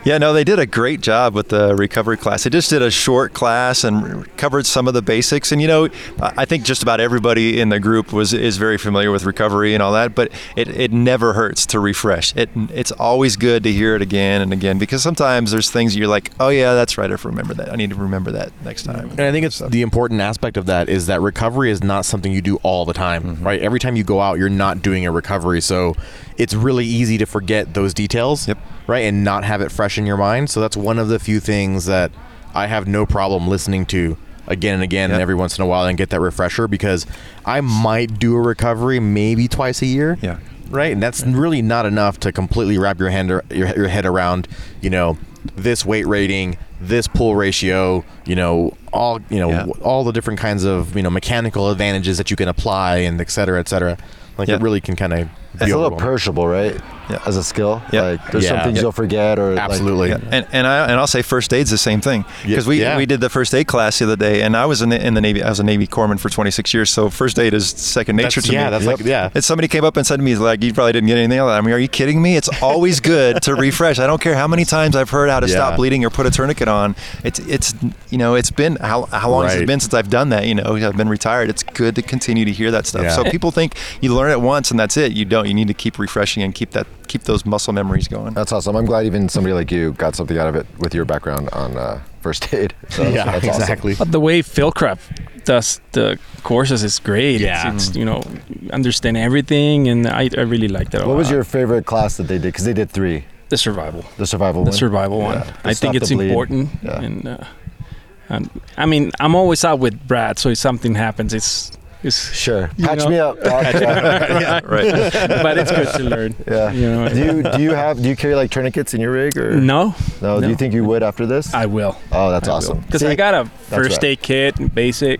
Speaker 3: Yeah, no, they did a great job with the recovery class. They just did a short class and covered some of the basics. And you know, I I think just about everybody in the group was is very familiar with recovery and all that. But it, it never hurts to refresh. It it's always good to hear it again and again because sometimes there's things you're like, oh yeah, that's right. I have to remember that. I need to remember that next time.
Speaker 1: And I think it's the important aspect of that is that recovery is not something you do all the time,
Speaker 3: Mm-hmm.
Speaker 1: right? Every time you go out, you're not doing a recovery, so it's really easy to forget those details,
Speaker 3: Yep.
Speaker 1: right? And not have it fresh in your mind. So that's one of the few things that I have no problem listening to again and again,
Speaker 3: Yep.
Speaker 1: and every once in a while, and get that refresher because I might do a recovery maybe twice a year,
Speaker 3: Yeah.
Speaker 1: right? And that's really not enough to completely wrap your hand or, your, your head around, you know, this weight rating, this pull ratio, you know, all you know,
Speaker 3: Yeah.
Speaker 1: w- all the different kinds of you know mechanical advantages that you can apply, and et cetera, et cetera. Like
Speaker 3: Yeah.
Speaker 1: it really can kind of be
Speaker 2: It's a little
Speaker 1: overwhelming.
Speaker 2: perishable, right?
Speaker 3: Yeah.
Speaker 2: As a skill,
Speaker 3: Yeah.
Speaker 2: like there's some
Speaker 1: Yeah.
Speaker 2: things
Speaker 1: Yeah.
Speaker 2: you'll forget or like-
Speaker 1: Absolutely.
Speaker 3: Yeah, and and I and I'll say first aid's the same thing
Speaker 1: Ye-
Speaker 3: because we
Speaker 1: yeah.
Speaker 3: we did the first aid class the other day, and I was in the, in the Navy. I was a Navy corpsman for 26 years, so first aid is second nature
Speaker 1: That's-
Speaker 3: to me.
Speaker 1: yeah, that's like yeah.
Speaker 3: And somebody came up and said to me, like, you probably didn't get anything out of that. I mean, are you kidding me? It's always good to refresh. I don't care how many times I've heard how to
Speaker 1: Yeah.
Speaker 3: stop bleeding or put a tourniquet on. It's, it's, you know, it's been, how, how long has it
Speaker 1: Right.
Speaker 3: been since I've done that? You know, I've been retired. It's good to continue to hear that stuff.
Speaker 1: Yeah.
Speaker 3: So people think you learn it once and that's it. You don't. You need to keep refreshing and keep that, keep those muscle memories going.
Speaker 2: That's awesome. I'm glad even somebody like you got something out of it with your background on uh, first aid. So that's-
Speaker 1: yeah,
Speaker 2: that's awesome.
Speaker 1: exactly.
Speaker 4: But the way Philcraft does the courses is great.
Speaker 1: Yeah.
Speaker 4: It's, it's you know, understand everything, and I, I really like that. a
Speaker 2: What was
Speaker 4: lot.
Speaker 2: your favorite class that they did? Because they did three.
Speaker 4: the survival?
Speaker 2: The survival
Speaker 4: The
Speaker 2: one.
Speaker 4: survival one.
Speaker 2: Yeah. The
Speaker 4: I
Speaker 2: stop
Speaker 4: think it's
Speaker 2: the bleed.
Speaker 4: important.
Speaker 2: Yeah.
Speaker 4: And uh, um, I mean, I'm always out with Brad, so if something happens, it's it's.
Speaker 2: Sure.
Speaker 4: You
Speaker 2: Patch
Speaker 4: know.
Speaker 2: me up. I'll-
Speaker 3: yeah, right.
Speaker 4: but it's good to learn.
Speaker 2: yeah.
Speaker 4: You know.
Speaker 2: Do you do you have do you carry like tourniquets in your rig or
Speaker 4: no,
Speaker 2: No, Do
Speaker 4: No.
Speaker 2: you think you would after this?
Speaker 4: I will.
Speaker 2: oh, that's awesome.
Speaker 4: Because
Speaker 2: See?
Speaker 4: I got a
Speaker 2: right.
Speaker 4: first aid kit and basic,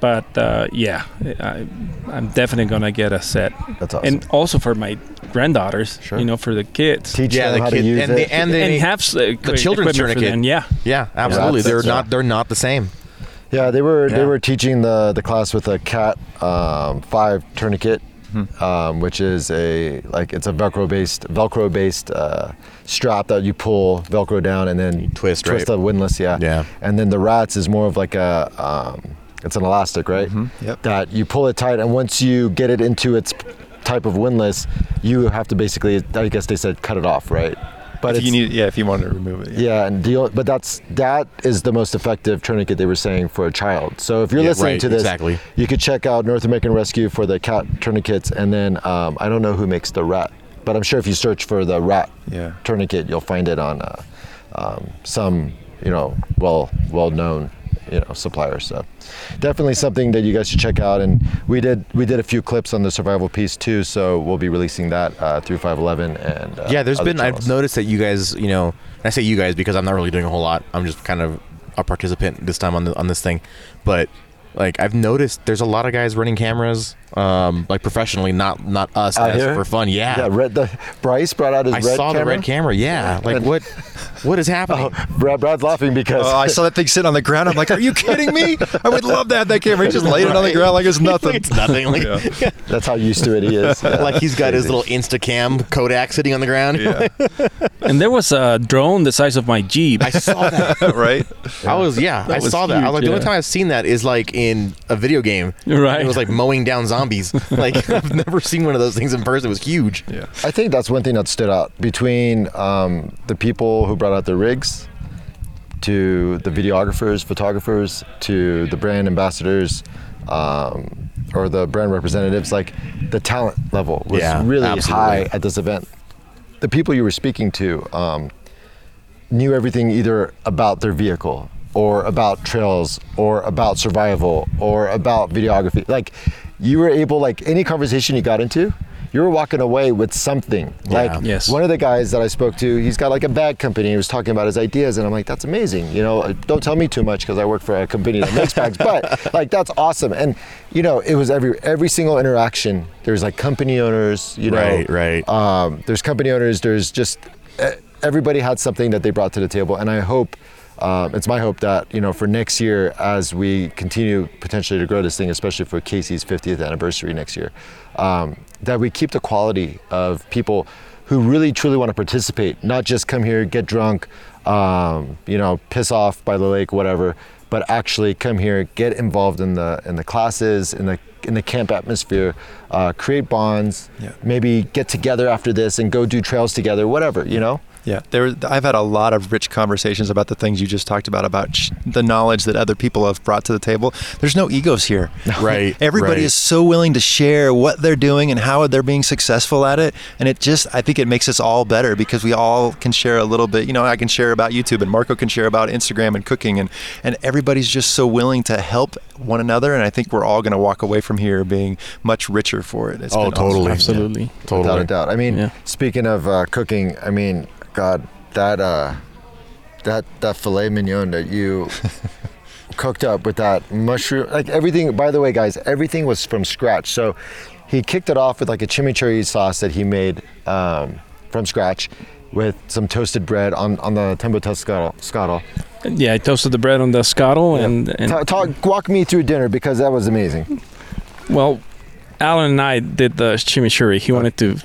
Speaker 4: but uh, yeah, I, I'm definitely gonna get a set,
Speaker 2: that's awesome.
Speaker 4: and also for my granddaughters.
Speaker 2: Sure.
Speaker 4: You know, for the kids.
Speaker 2: Teach
Speaker 1: Yeah,
Speaker 2: them how
Speaker 1: the
Speaker 2: to
Speaker 1: kid
Speaker 2: use
Speaker 1: and
Speaker 2: it.
Speaker 1: the and
Speaker 4: and
Speaker 1: they
Speaker 4: have s- uh,
Speaker 1: the children's
Speaker 4: equipment for
Speaker 1: tourniquet.
Speaker 4: them, Yeah,
Speaker 1: yeah, absolutely.
Speaker 2: that's-
Speaker 1: they're
Speaker 2: that's-
Speaker 1: not they're not the same.
Speaker 2: Yeah, they were they
Speaker 1: Yeah.
Speaker 2: were teaching the the class with a cat um, five tourniquet,
Speaker 1: Hmm.
Speaker 2: um, which is a like it's a velcro based velcro based uh, strap that you pull velcro down and then
Speaker 1: twist,
Speaker 2: twist
Speaker 1: right?
Speaker 2: the windlass. Yeah,
Speaker 1: Yeah.
Speaker 2: And then the rats is more of like a um, it's an elastic, right?
Speaker 1: Mm-hmm.
Speaker 3: Yep.
Speaker 2: That you pull it tight, and once you get it into its type of windlass, you have to basically I guess they said cut it off, right? But
Speaker 3: If you
Speaker 2: it's-
Speaker 3: need, yeah, if you want to remove it.
Speaker 2: yeah, and deal, but that's that is the most effective tourniquet they were saying for a child. So if you're
Speaker 1: Yeah,
Speaker 2: listening
Speaker 1: right,
Speaker 2: to this,
Speaker 1: exactly.
Speaker 2: you could check out North American Rescue for the cat tourniquets, and then um, I don't know who makes the rat, but I'm sure if you search for the rat
Speaker 3: Yeah.
Speaker 2: tourniquet, you'll find it on uh, um, some you know well well known you know supplier. So definitely something that you guys should check out. And we did we did a few clips on the survival piece too, so we'll be releasing that uh, through 511 and uh,
Speaker 1: yeah, there's
Speaker 2: other
Speaker 1: been I've
Speaker 2: channels.
Speaker 1: noticed that you guys, you know, I say you guys because I'm not really doing a whole lot. I'm just kind of a participant this time on the, on this thing, but like I've noticed there's a lot of guys running cameras, um, like professionally, not not us
Speaker 2: Out
Speaker 1: as
Speaker 2: here?
Speaker 1: for fun. Yeah,
Speaker 2: Yeah, red. The Bryce brought out his
Speaker 1: I
Speaker 2: red
Speaker 1: saw
Speaker 2: camera.
Speaker 1: the red camera. Yeah, like
Speaker 2: And- Oh,
Speaker 1: what what is happening?
Speaker 2: Brad, Brad's laughing because
Speaker 3: Oh, I saw that thing sitting on the ground. I'm like, are you kidding me? I would love to have that camera. He just laid it on the ground like it's nothing.
Speaker 1: it's nothing. Like,
Speaker 3: Yeah.
Speaker 2: that's how used to it he is. Yeah.
Speaker 1: like he's got his little Instacam Kodak sitting on the ground.
Speaker 3: yeah.
Speaker 4: and there was a drone the size of my Jeep.
Speaker 1: I saw that.
Speaker 3: right?
Speaker 1: I was yeah. I
Speaker 4: was
Speaker 1: saw that. I was like
Speaker 4: huge,
Speaker 1: the only
Speaker 4: yeah.
Speaker 1: time I've seen that is like in a video game.
Speaker 4: Right.
Speaker 1: It was like mowing down zombies. Like I've never seen one of those things in person. It was huge.
Speaker 3: Yeah.
Speaker 2: I think that's one thing that stood out between um, the people who brought out their rigs, to the videographers, photographers, to the brand ambassadors, um, or the brand representatives. Like the talent level was
Speaker 1: Yeah,
Speaker 2: really
Speaker 1: absolutely.
Speaker 2: high at this event. The people you were speaking to um, knew everything either about their vehicle or about trails or about survival or about videography. Like you were able, like any conversation you got into, you were walking away with something. Like
Speaker 4: Yes.
Speaker 2: one of the guys that I spoke to, he's got like a bag company. He was talking about his ideas, and I'm like, that's amazing. You know, don't tell me too much because I work for a company that makes bags, but like that's awesome. And you know, it was every every single interaction. There's like company owners, you know,
Speaker 1: Right, right.
Speaker 2: um, there's company owners there's just e- everybody had something that they brought to the table and i hope um, it's my hope that you know for next year as we continue potentially to grow this thing especially for casey's 50th anniversary next year um, that we keep the quality of people who really truly want to participate not just come here get drunk um, you know piss off by the lake whatever but actually come here, get involved in the in the classes, in the in the camp atmosphere, uh, create bonds,
Speaker 3: Yeah.
Speaker 2: maybe get together after this and go do trails together, whatever, you know.
Speaker 3: Yeah, there. I've had a lot of rich conversations about the things you just talked about, about sh- the knowledge that other people have brought to the table. There's no egos here.
Speaker 1: Right,
Speaker 3: Everybody
Speaker 1: right.
Speaker 3: is so willing to share what they're doing and how they're being successful at it, and it just, I think, it makes us all better because we all can share a little bit. You know, I can share about YouTube, and Marco can share about Instagram and cooking, and and everybody's just so willing to help one another, and I think we're all going to walk away from here being much richer for it. It's
Speaker 1: Oh,
Speaker 3: been awesome.
Speaker 1: totally.
Speaker 4: Absolutely.
Speaker 1: Totally.
Speaker 2: Without a doubt. I mean,
Speaker 4: Yeah.
Speaker 2: speaking of uh, cooking, I mean, God, that uh, that that filet mignon that you cooked up with that mushroom, like everything. By the way, guys, everything was from scratch. So he kicked it off with like a chimichurri sauce that he made um, from scratch with some toasted bread on, on the tembo scuttle. scuttle.
Speaker 4: Yeah, I toasted the bread on the scuttle, and, and
Speaker 2: Ta- talk, walk me through dinner because that was amazing.
Speaker 4: well, Alan and I did the chimichurri. He wanted to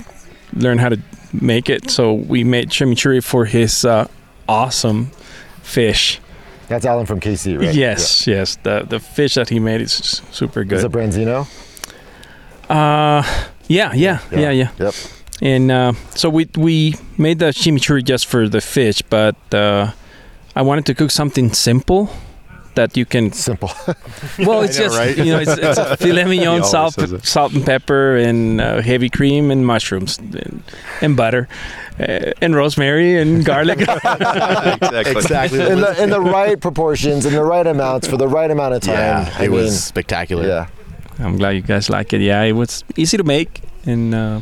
Speaker 4: learn how to make it, so we made chimichurri for his uh, awesome fish.
Speaker 2: That's Alan from KC, right?
Speaker 4: Yes, yes, the the fish that he made is s- super
Speaker 2: Yeah. Is
Speaker 4: good.
Speaker 2: it Branzino?
Speaker 4: Uh, yeah, yeah,
Speaker 2: Yeah.
Speaker 4: yeah, yeah.
Speaker 2: Yep.
Speaker 4: And uh, so we we made the chimichurri just for the fish, but uh, I wanted to cook something simple that you can.
Speaker 2: Simple.
Speaker 4: Well, it's
Speaker 1: know,
Speaker 4: just
Speaker 1: right?
Speaker 4: you know, it's, it's a filet mignon,
Speaker 3: always
Speaker 4: salt,
Speaker 3: says it.
Speaker 4: salt and pepper, and uh, heavy cream, and mushrooms, and, and butter, uh, and rosemary, and garlic.
Speaker 3: exactly.
Speaker 2: in, the, in the right proportions, in the right amounts, for the right amount of time.
Speaker 1: Yeah,
Speaker 2: I
Speaker 1: it
Speaker 2: mean,
Speaker 1: was spectacular.
Speaker 2: Yeah.
Speaker 4: I'm glad you guys like it. Yeah, it was easy to make and uh,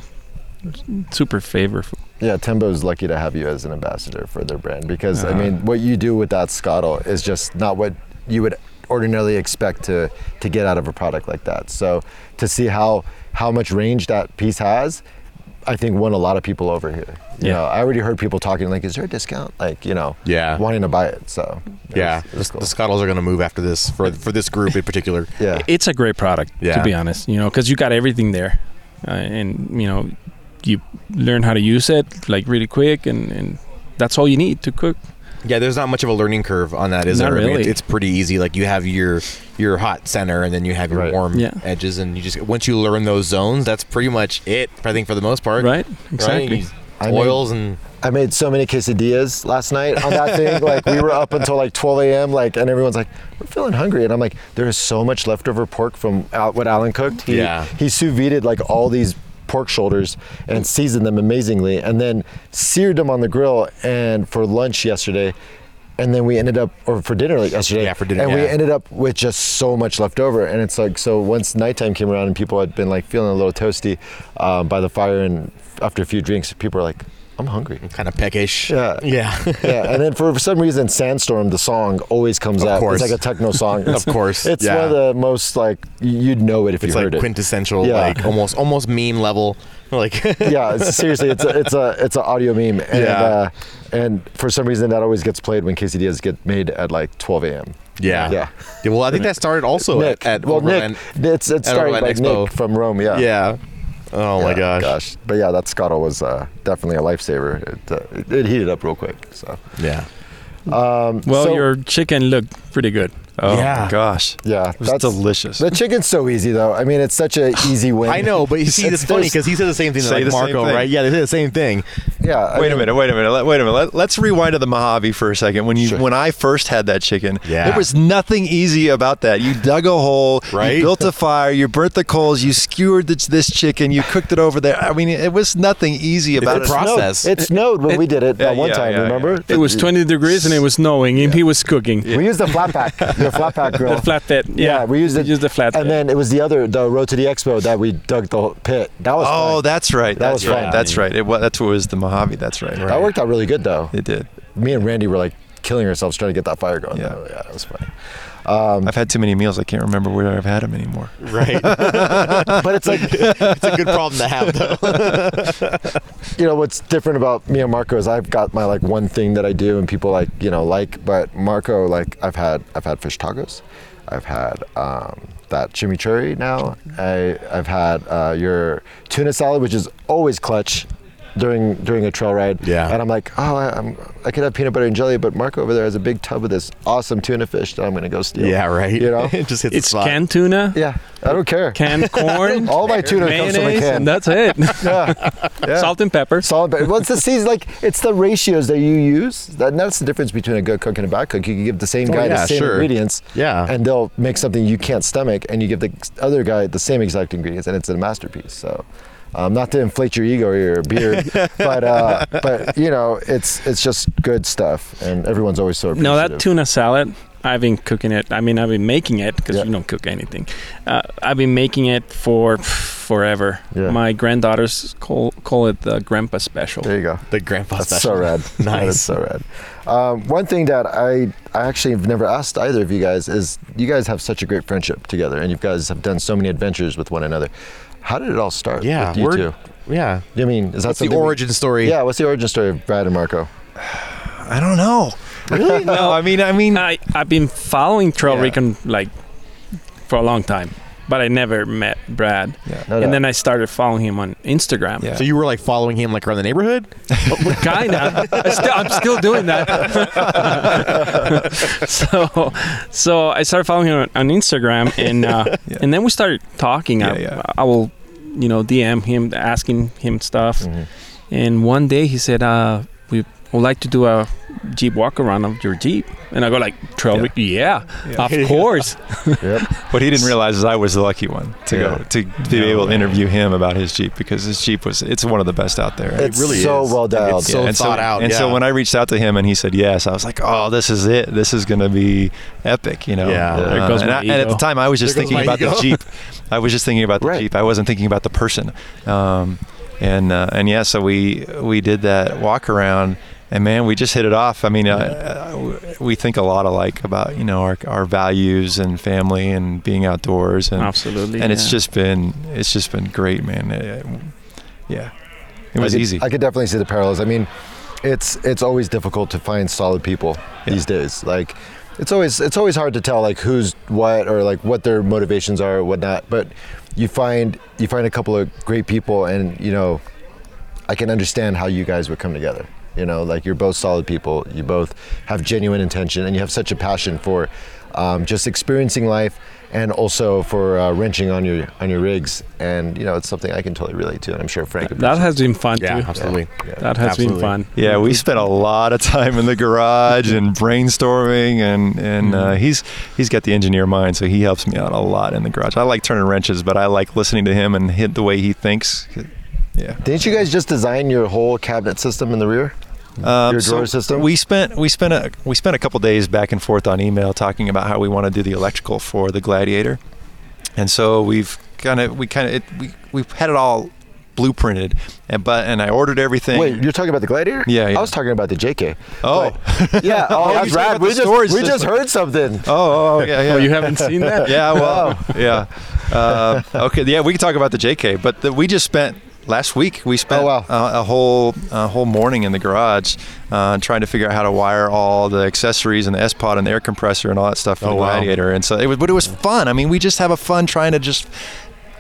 Speaker 4: super favorable.
Speaker 2: Yeah, Tembo's lucky to have you as an ambassador for their brand because I
Speaker 4: Uh-huh.
Speaker 2: mean, what you do with that scuttle is just not what you would ordinarily expect to to get out of a product like that. So to see how how much range that piece has, I think won a lot of people over here. You
Speaker 4: Yeah.
Speaker 2: know, I already heard people talking like, "Is there a discount?" Like, you know,
Speaker 1: Yeah.
Speaker 2: wanting to buy it. So it
Speaker 1: Uh-huh. Yeah,
Speaker 2: was- it was
Speaker 1: the-
Speaker 2: cool.
Speaker 1: the Scuttles are going to move after this for for this group in particular.
Speaker 2: yeah,
Speaker 4: It's a great product,
Speaker 1: Yeah.
Speaker 4: to be honest. You know, because you got everything there, uh, and you know, you learn how to use it like really quick, and, and that's all you need to cook.
Speaker 1: Yeah, there's not much of a learning curve on that, is
Speaker 4: Not
Speaker 1: there? I mean,
Speaker 4: really.
Speaker 1: it's, it's pretty easy. Like you have your your hot center, and then you have your
Speaker 2: Right.
Speaker 1: warm
Speaker 4: Yeah.
Speaker 1: edges, and you just once you learn those zones, that's pretty much it. I think for the most part, Right?
Speaker 4: Right? Exactly.
Speaker 1: You-
Speaker 2: I mean-
Speaker 1: Oils and
Speaker 2: I made so many quesadillas last night on that thing. Like we were up until like 12 a.m. Like, and everyone's like, "We're feeling hungry," and I'm like, "There is so much leftover pork from Al- what Alan cooked. He,
Speaker 1: Yeah.
Speaker 2: he sous vide like all these pork shoulders and seasoned them amazingly, and then seared them on the grill. And for lunch yesterday, and then we ended up, or for dinner like yesterday,
Speaker 1: Yeah, for dinner,
Speaker 2: and we
Speaker 1: yeah.
Speaker 2: ended up with just so much left over. And it's like, so once nighttime came around and people had been like feeling a little toasty um, by the fire, and after a few drinks, people were like. I'm hungry.
Speaker 1: kind of peckish.
Speaker 2: Yeah.
Speaker 1: yeah.
Speaker 2: Yeah, and then for some reason, Sandstorm, the song, always comes
Speaker 1: Of
Speaker 2: up.
Speaker 1: course.
Speaker 2: It's like a techno song. It's-
Speaker 1: course,
Speaker 2: It's
Speaker 1: yeah.
Speaker 2: one of the most, like, y- you'd know it if
Speaker 1: It's
Speaker 2: you
Speaker 1: like
Speaker 2: heard it.
Speaker 1: quintessential,
Speaker 2: Yeah.
Speaker 1: like almost almost meme level. Like
Speaker 2: yeah, it's, seriously, it's a, it's a it's an audio meme. And,
Speaker 1: Yeah.
Speaker 2: uh, and for some reason, that always gets played when quesadillas get made at like 12 a.m.
Speaker 1: yeah.
Speaker 2: Yeah.
Speaker 1: Well, I think that started also
Speaker 2: Nick,
Speaker 1: at, at
Speaker 2: well,
Speaker 1: Overland.
Speaker 2: Nick, it's, it's
Speaker 1: at
Speaker 2: started by
Speaker 1: Overland Expo.
Speaker 2: Nick from Rome. Yeah.
Speaker 1: Yeah. Oh my
Speaker 2: Yeah,
Speaker 1: gosh.
Speaker 2: But yeah, that scuttle was uh, definitely a lifesaver. It, uh, it, it heated up real quick. So
Speaker 1: Yeah.
Speaker 4: well,
Speaker 2: Um, so-
Speaker 4: your chicken looked pretty good.
Speaker 3: Oh
Speaker 1: Yeah.
Speaker 3: my gosh,
Speaker 2: yeah,
Speaker 3: it was delicious.
Speaker 2: The chicken's so easy though. I mean, it's such an easy win.
Speaker 1: I know, but you see, it's funny because he said the same thing to
Speaker 3: Say
Speaker 1: like
Speaker 3: the same
Speaker 1: Marco,
Speaker 3: thing.
Speaker 1: right? Yeah, they said the same thing.
Speaker 2: Yeah. I
Speaker 3: Wait a
Speaker 2: mean,
Speaker 3: minute, wait a minute, let- wait a minute. Let, let's rewind to the Mojave for a second. When you
Speaker 2: Sure.
Speaker 3: when I first had that chicken,
Speaker 1: Yeah.
Speaker 3: there was nothing easy about that. You dug a hole,
Speaker 1: Right?
Speaker 3: you built a fire, you burnt the coals, you skewered this, this chicken, you cooked it over there. I mean, it was nothing easy about
Speaker 1: a
Speaker 3: it.
Speaker 1: pro-
Speaker 2: Snowed.
Speaker 1: process.
Speaker 2: It snowed when we did it that
Speaker 3: Yeah,
Speaker 2: one
Speaker 3: yeah,
Speaker 2: time.
Speaker 3: yeah,
Speaker 2: remember?
Speaker 4: It was 20 degrees and it was snowing, and he was cooking.
Speaker 2: We used the flat pack, the flat pack grill.
Speaker 4: The flatbed. Yeah,
Speaker 2: yeah, we used it.
Speaker 4: the flatbed.
Speaker 2: And then it was the other, the Road to the Expo that we dug the whole pit. That was.
Speaker 3: Oh,
Speaker 2: fun.
Speaker 3: that's right.
Speaker 2: That
Speaker 3: That's
Speaker 2: was
Speaker 3: right.
Speaker 2: fun.
Speaker 3: That's right. It was, that's what was the Mojave. That's right.
Speaker 2: that worked out really good though.
Speaker 3: It did.
Speaker 2: Me and Randy were like killing ourselves trying to get that fire going.
Speaker 3: Yeah.
Speaker 2: Yeah, yeah that was funny.
Speaker 3: I've had too many meals. I can't remember where I've had them anymore.
Speaker 1: Right.
Speaker 2: But it's like
Speaker 1: it's a good problem to have, though.
Speaker 2: you know what's different about me and Marco is I've got my like one thing that I do and people like you know like but Marco like I've had I've had fish tacos, I've had um, that chimichurri now I I've had uh, your tuna salad which is always clutch during during a trail ride
Speaker 1: Yeah.
Speaker 2: and I'm like oh I, I'm, I could have peanut butter and jelly but Marco over there has a big tub of this awesome tuna fish that I'm gonna go steal
Speaker 1: Yeah, right.
Speaker 2: you know
Speaker 1: it just hits
Speaker 4: it's
Speaker 1: the spot.
Speaker 4: canned tuna,
Speaker 2: yeah I don't care
Speaker 4: canned corn,
Speaker 2: all my tuna comes from a
Speaker 4: mayonnaise,
Speaker 2: can
Speaker 4: and that's it.
Speaker 2: yeah. Yeah.
Speaker 4: Salt and pepper.
Speaker 2: Solid. But what's the season like? It's the ratios that you use. That, that's the difference between a good cook and a bad cook. You can give the same
Speaker 1: Oh,
Speaker 2: guy
Speaker 1: yeah,
Speaker 2: the same
Speaker 1: sure. Uh-huh.
Speaker 2: ingredients,
Speaker 1: Yeah.
Speaker 2: and they'll make something you can't stomach, and you give the other guy the same exact ingredients, and it's a masterpiece. So. Um, not to inflate your ego or your beard, but uh, but you know it's it's just good stuff, and everyone's always so
Speaker 4: No,
Speaker 2: appreciative.
Speaker 4: that tuna salad. I've been cooking it. I mean, I've been making it because
Speaker 2: Yeah.
Speaker 4: you don't cook anything. Uh, I've been making it for forever.
Speaker 2: Yeah.
Speaker 4: My granddaughters call call it the grandpa special.
Speaker 2: There you go.
Speaker 1: The grandpa
Speaker 2: That's
Speaker 1: special.
Speaker 2: so rad.
Speaker 1: Nice.
Speaker 2: That's so rad. Um, one thing that I, I actually have never asked either of you guys is you guys have such a great friendship together and you guys have done so many adventures with one another. How did it all start?
Speaker 1: Yeah,
Speaker 2: with you
Speaker 1: we're-
Speaker 2: two.
Speaker 1: Yeah.
Speaker 2: I mean, is that
Speaker 1: That's the
Speaker 2: something we-
Speaker 1: origin story.
Speaker 2: yeah, what's the origin story of Brad and Marco?
Speaker 3: I don't know. Really? no, I mean, I mean,
Speaker 4: I I've been following Trail
Speaker 2: Yeah.
Speaker 4: Recon like for a long time, but I never met Brad.
Speaker 2: No
Speaker 3: yeah.
Speaker 2: doubt.
Speaker 4: And then I started following him on Instagram.
Speaker 3: Yeah.
Speaker 1: So you were like following him like around the neighborhood?
Speaker 4: kinda. I still, I'm still doing that. so, so I started following him on Instagram, and uh,
Speaker 3: Yeah.
Speaker 4: and then we started talking. I,
Speaker 3: Yeah, yeah.
Speaker 4: I will, you know, DM him, asking him stuff.
Speaker 2: Mhm.
Speaker 4: And one day he said, uh, "We would like to do a Jeep walk around of your Jeep." And I go like, "Trail,
Speaker 3: Yeah.
Speaker 4: yeah,
Speaker 3: Yeah.
Speaker 4: of course."
Speaker 2: Yep.
Speaker 3: What he didn't realize is I was the lucky one to
Speaker 2: Yeah.
Speaker 3: go to be
Speaker 1: No
Speaker 3: able to
Speaker 1: way.
Speaker 3: interview him about his Jeep because his Jeep was it's one of the best out there.
Speaker 2: It's
Speaker 1: really
Speaker 2: so
Speaker 1: is.
Speaker 2: well dialed.
Speaker 1: It's so
Speaker 3: and
Speaker 1: thought
Speaker 3: so,
Speaker 1: out.
Speaker 3: And
Speaker 1: yeah.
Speaker 3: so when I reached out to him and he said yes, I was like, oh, this is it. This is going to be epic, you know?
Speaker 1: Yeah.
Speaker 2: There
Speaker 3: Uh,
Speaker 4: goes
Speaker 3: and,
Speaker 4: my
Speaker 3: I- and at the
Speaker 4: ego.
Speaker 3: time, I was just
Speaker 1: There goes
Speaker 3: thinking
Speaker 1: my
Speaker 3: about the
Speaker 1: ego.
Speaker 3: Jeep. I was just thinking about the
Speaker 2: Right.
Speaker 3: Jeep. I wasn't thinking about the person. Um, and, uh, and yeah, so we, we did that walk around and man, we just hit it off. I mean, uh, uh, we think a lot alike about, you know, our, our values and family and being outdoors and,
Speaker 4: Absolutely.
Speaker 3: and it's
Speaker 4: yeah.
Speaker 3: just been, it's just been great, man. Uh, yeah. It
Speaker 2: I
Speaker 3: was
Speaker 2: could-
Speaker 3: easy.
Speaker 2: I could definitely see the parallels. I mean, it's it's always difficult to find solid people
Speaker 3: Yeah.
Speaker 2: these days. Like, it's always it's always hard to tell like who's what or like what their motivations are or whatnot. But you find you find a couple of great people, and you know, I can understand how you guys would come together. You know, like you're both solid people. You both have genuine intention, and you have such a passion for um, just experiencing life, and also for uh, wrenching on your on your rigs. And you know, it's something I can totally relate to, and I'm sure Frank. would
Speaker 4: that has been fun
Speaker 1: yeah,
Speaker 4: too.
Speaker 1: absolutely.
Speaker 4: That has
Speaker 1: Absolutely.
Speaker 4: been fun.
Speaker 3: Yeah, we spent a lot of time in the garage and brainstorming, and and uh,
Speaker 2: Mm-hmm.
Speaker 3: he's he's got the engineer mind, so he helps me out a lot in the garage. I like turning wrenches, but I like listening to him and hit the way he thinks.
Speaker 2: Mm-hmm.
Speaker 3: Yeah,
Speaker 2: Didn't you guys just design your whole cabinet system in the rear?
Speaker 3: um,
Speaker 2: Your drawer system?
Speaker 3: We spent we spent a we spent a couple days back and forth on email talking about how we want to do the electrical for the Gladiator, and so we've kind of we kind of we we had it all blueprinted, and but and I ordered everything.
Speaker 2: Wait, you're talking about the Gladiator?
Speaker 3: Yeah, yeah.
Speaker 2: I was talking about the JK.
Speaker 3: Oh.
Speaker 2: But- yeah. Oh,
Speaker 3: Oh,
Speaker 2: that's
Speaker 3: you're talking about
Speaker 2: rad. We
Speaker 3: the
Speaker 2: just
Speaker 3: storage
Speaker 2: we just
Speaker 3: system.
Speaker 2: heard something.
Speaker 3: oh, oh, yeah, yeah.
Speaker 4: Oh, you haven't seen that?
Speaker 3: yeah, well, yeah. Uh, okay, yeah, we can talk about the JK, but the, we just spent last week. We spent
Speaker 2: Oh, wow.
Speaker 3: a, a whole a whole morning in the garage uh, trying to figure out how to wire all the accessories and the S pod and the air compressor and all that stuff for
Speaker 1: Oh,
Speaker 3: the
Speaker 1: wow.
Speaker 3: Gladiator. And so it was, but it was fun. I mean, we just have a fun trying to just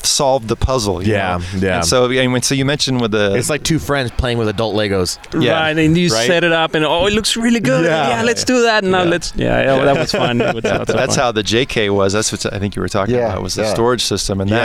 Speaker 3: solve the puzzle. you
Speaker 1: Yeah,
Speaker 3: know?
Speaker 1: yeah.
Speaker 3: And so, and when- so you mentioned with the
Speaker 1: It's like two friends playing with adult Legos.
Speaker 3: Yeah.
Speaker 4: Right, and you
Speaker 1: Right?
Speaker 4: set it up, and oh, it looks really good.
Speaker 3: Yeah.
Speaker 4: Yeah, let's do that. Now
Speaker 3: Yeah.
Speaker 4: let's. Yeah, yeah, that was fun. That was- that was
Speaker 3: that's
Speaker 4: fun.
Speaker 3: how the JK was. That's what I think you were talking
Speaker 2: Yeah,
Speaker 3: about was the
Speaker 2: yeah.
Speaker 3: storage system and
Speaker 1: Yes,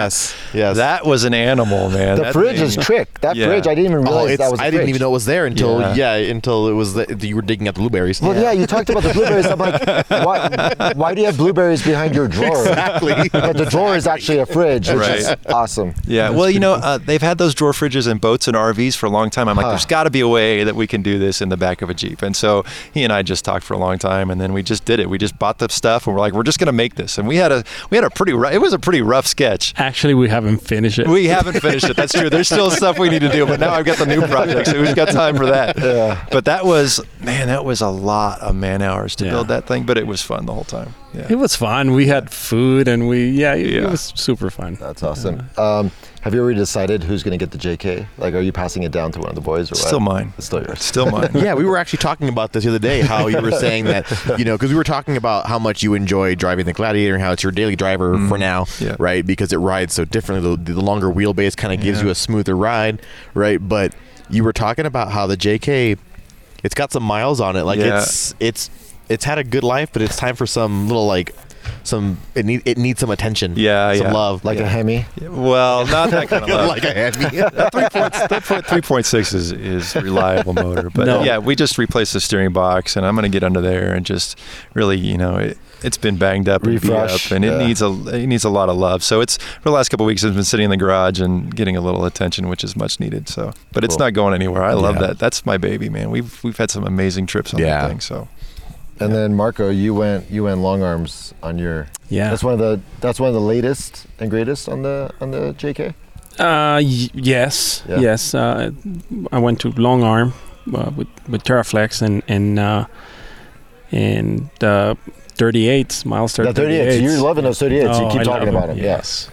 Speaker 3: that.
Speaker 1: yes.
Speaker 3: That was an animal, man.
Speaker 2: The
Speaker 3: That
Speaker 2: fridge
Speaker 3: thing-
Speaker 2: is trick. That
Speaker 3: Yeah.
Speaker 2: fridge, I didn't even
Speaker 1: Oh,
Speaker 2: realize
Speaker 1: it's,
Speaker 2: that was. a
Speaker 1: I didn't
Speaker 2: fridge.
Speaker 1: even know it was there until
Speaker 3: Yeah.
Speaker 1: yeah, until it was the, you were digging up the blueberries.
Speaker 2: Well, yeah. you talked about the blueberries. I'm like, why, why do you have blueberries behind your drawer?
Speaker 1: exactly.
Speaker 2: But the drawer is actually a fridge, which is
Speaker 3: Right.
Speaker 2: awesome.
Speaker 3: Yeah, well, you know, uh, they've had those drawer fridges in boats and RVs for a long time. I'm like,
Speaker 2: Huh.
Speaker 3: there's got to be a way that we can do this in the back of a Jeep. And so he and I just talked for a long time, and then we just did it. We just bought the stuff, and we're like, we're just gonna make this. And we had a we had a pretty rough, it was a pretty rough sketch.
Speaker 4: Actually, we haven't finished it.
Speaker 3: We haven't finished it. That's true. There's still stuff we need to do, but now I've got the new project, so who's got time for that?
Speaker 2: Yeah.
Speaker 3: But that was man, that was a lot of man hours to
Speaker 4: Yeah.
Speaker 3: build that thing, but it was fun the whole time. Yeah.
Speaker 4: it was fun. We had food, and we yeah, it, it
Speaker 3: Yeah.
Speaker 4: was super fun.
Speaker 2: That's awesome. Um, have you already decided who's going to get the JK? Like, are you passing it down to one of the boys or what?
Speaker 3: Still mine.
Speaker 2: It's still yours.
Speaker 3: Still mine.
Speaker 1: yeah, we were actually talking about this the other day. How you were saying that, you know, because we were talking about how much you enjoy driving the Gladiator and how it's your daily driver for now,
Speaker 3: Mm-hmm. Yeah.
Speaker 1: right? Because it rides so differently. The, the longer wheelbase kind of gives
Speaker 3: Yeah.
Speaker 1: you a smoother ride, right? But you were talking about how the JK, it's got some miles on it. Like
Speaker 3: Yeah.
Speaker 1: it's it's it's had a good life, but it's time for some little like some it need it needs some attention.
Speaker 3: Yeah,
Speaker 1: some
Speaker 3: yeah.
Speaker 1: love.
Speaker 2: Like a Hemi.
Speaker 3: Well, not that kind of love.
Speaker 1: like a heavy.
Speaker 3: three point that point- three point six is is reliable motor, but
Speaker 4: No.
Speaker 3: yeah, we just replaced the steering box, and I'm gonna get under there and just really, you know, it, it's been banged up and beat
Speaker 2: Refresh,
Speaker 3: up, and it
Speaker 2: yeah.
Speaker 3: needs a it needs a lot of love. So it's for the last couple of weeks, it's been sitting in the garage and getting a little attention, which is much needed. So, but it's
Speaker 2: Cool.
Speaker 3: not going anywhere. I love
Speaker 1: Yeah.
Speaker 3: that. That's my baby, man. We've we've had some amazing trips on
Speaker 1: Yeah.
Speaker 3: that thing. So
Speaker 2: And then Marco, you went you went long arms on your
Speaker 4: Yeah.
Speaker 2: That's one of the that's one of the latest and greatest on the on the JK.
Speaker 4: Uh, y- yes,
Speaker 2: Yeah.
Speaker 4: yes. Uh, I went to Long Arm uh, with with Terraflex and and uh, and uh, 38 miles.
Speaker 2: The 38.
Speaker 4: 38.
Speaker 2: You're loving those 38. you
Speaker 4: Oh,
Speaker 2: keep
Speaker 4: I
Speaker 2: talking
Speaker 4: love
Speaker 2: about them.
Speaker 4: Yes.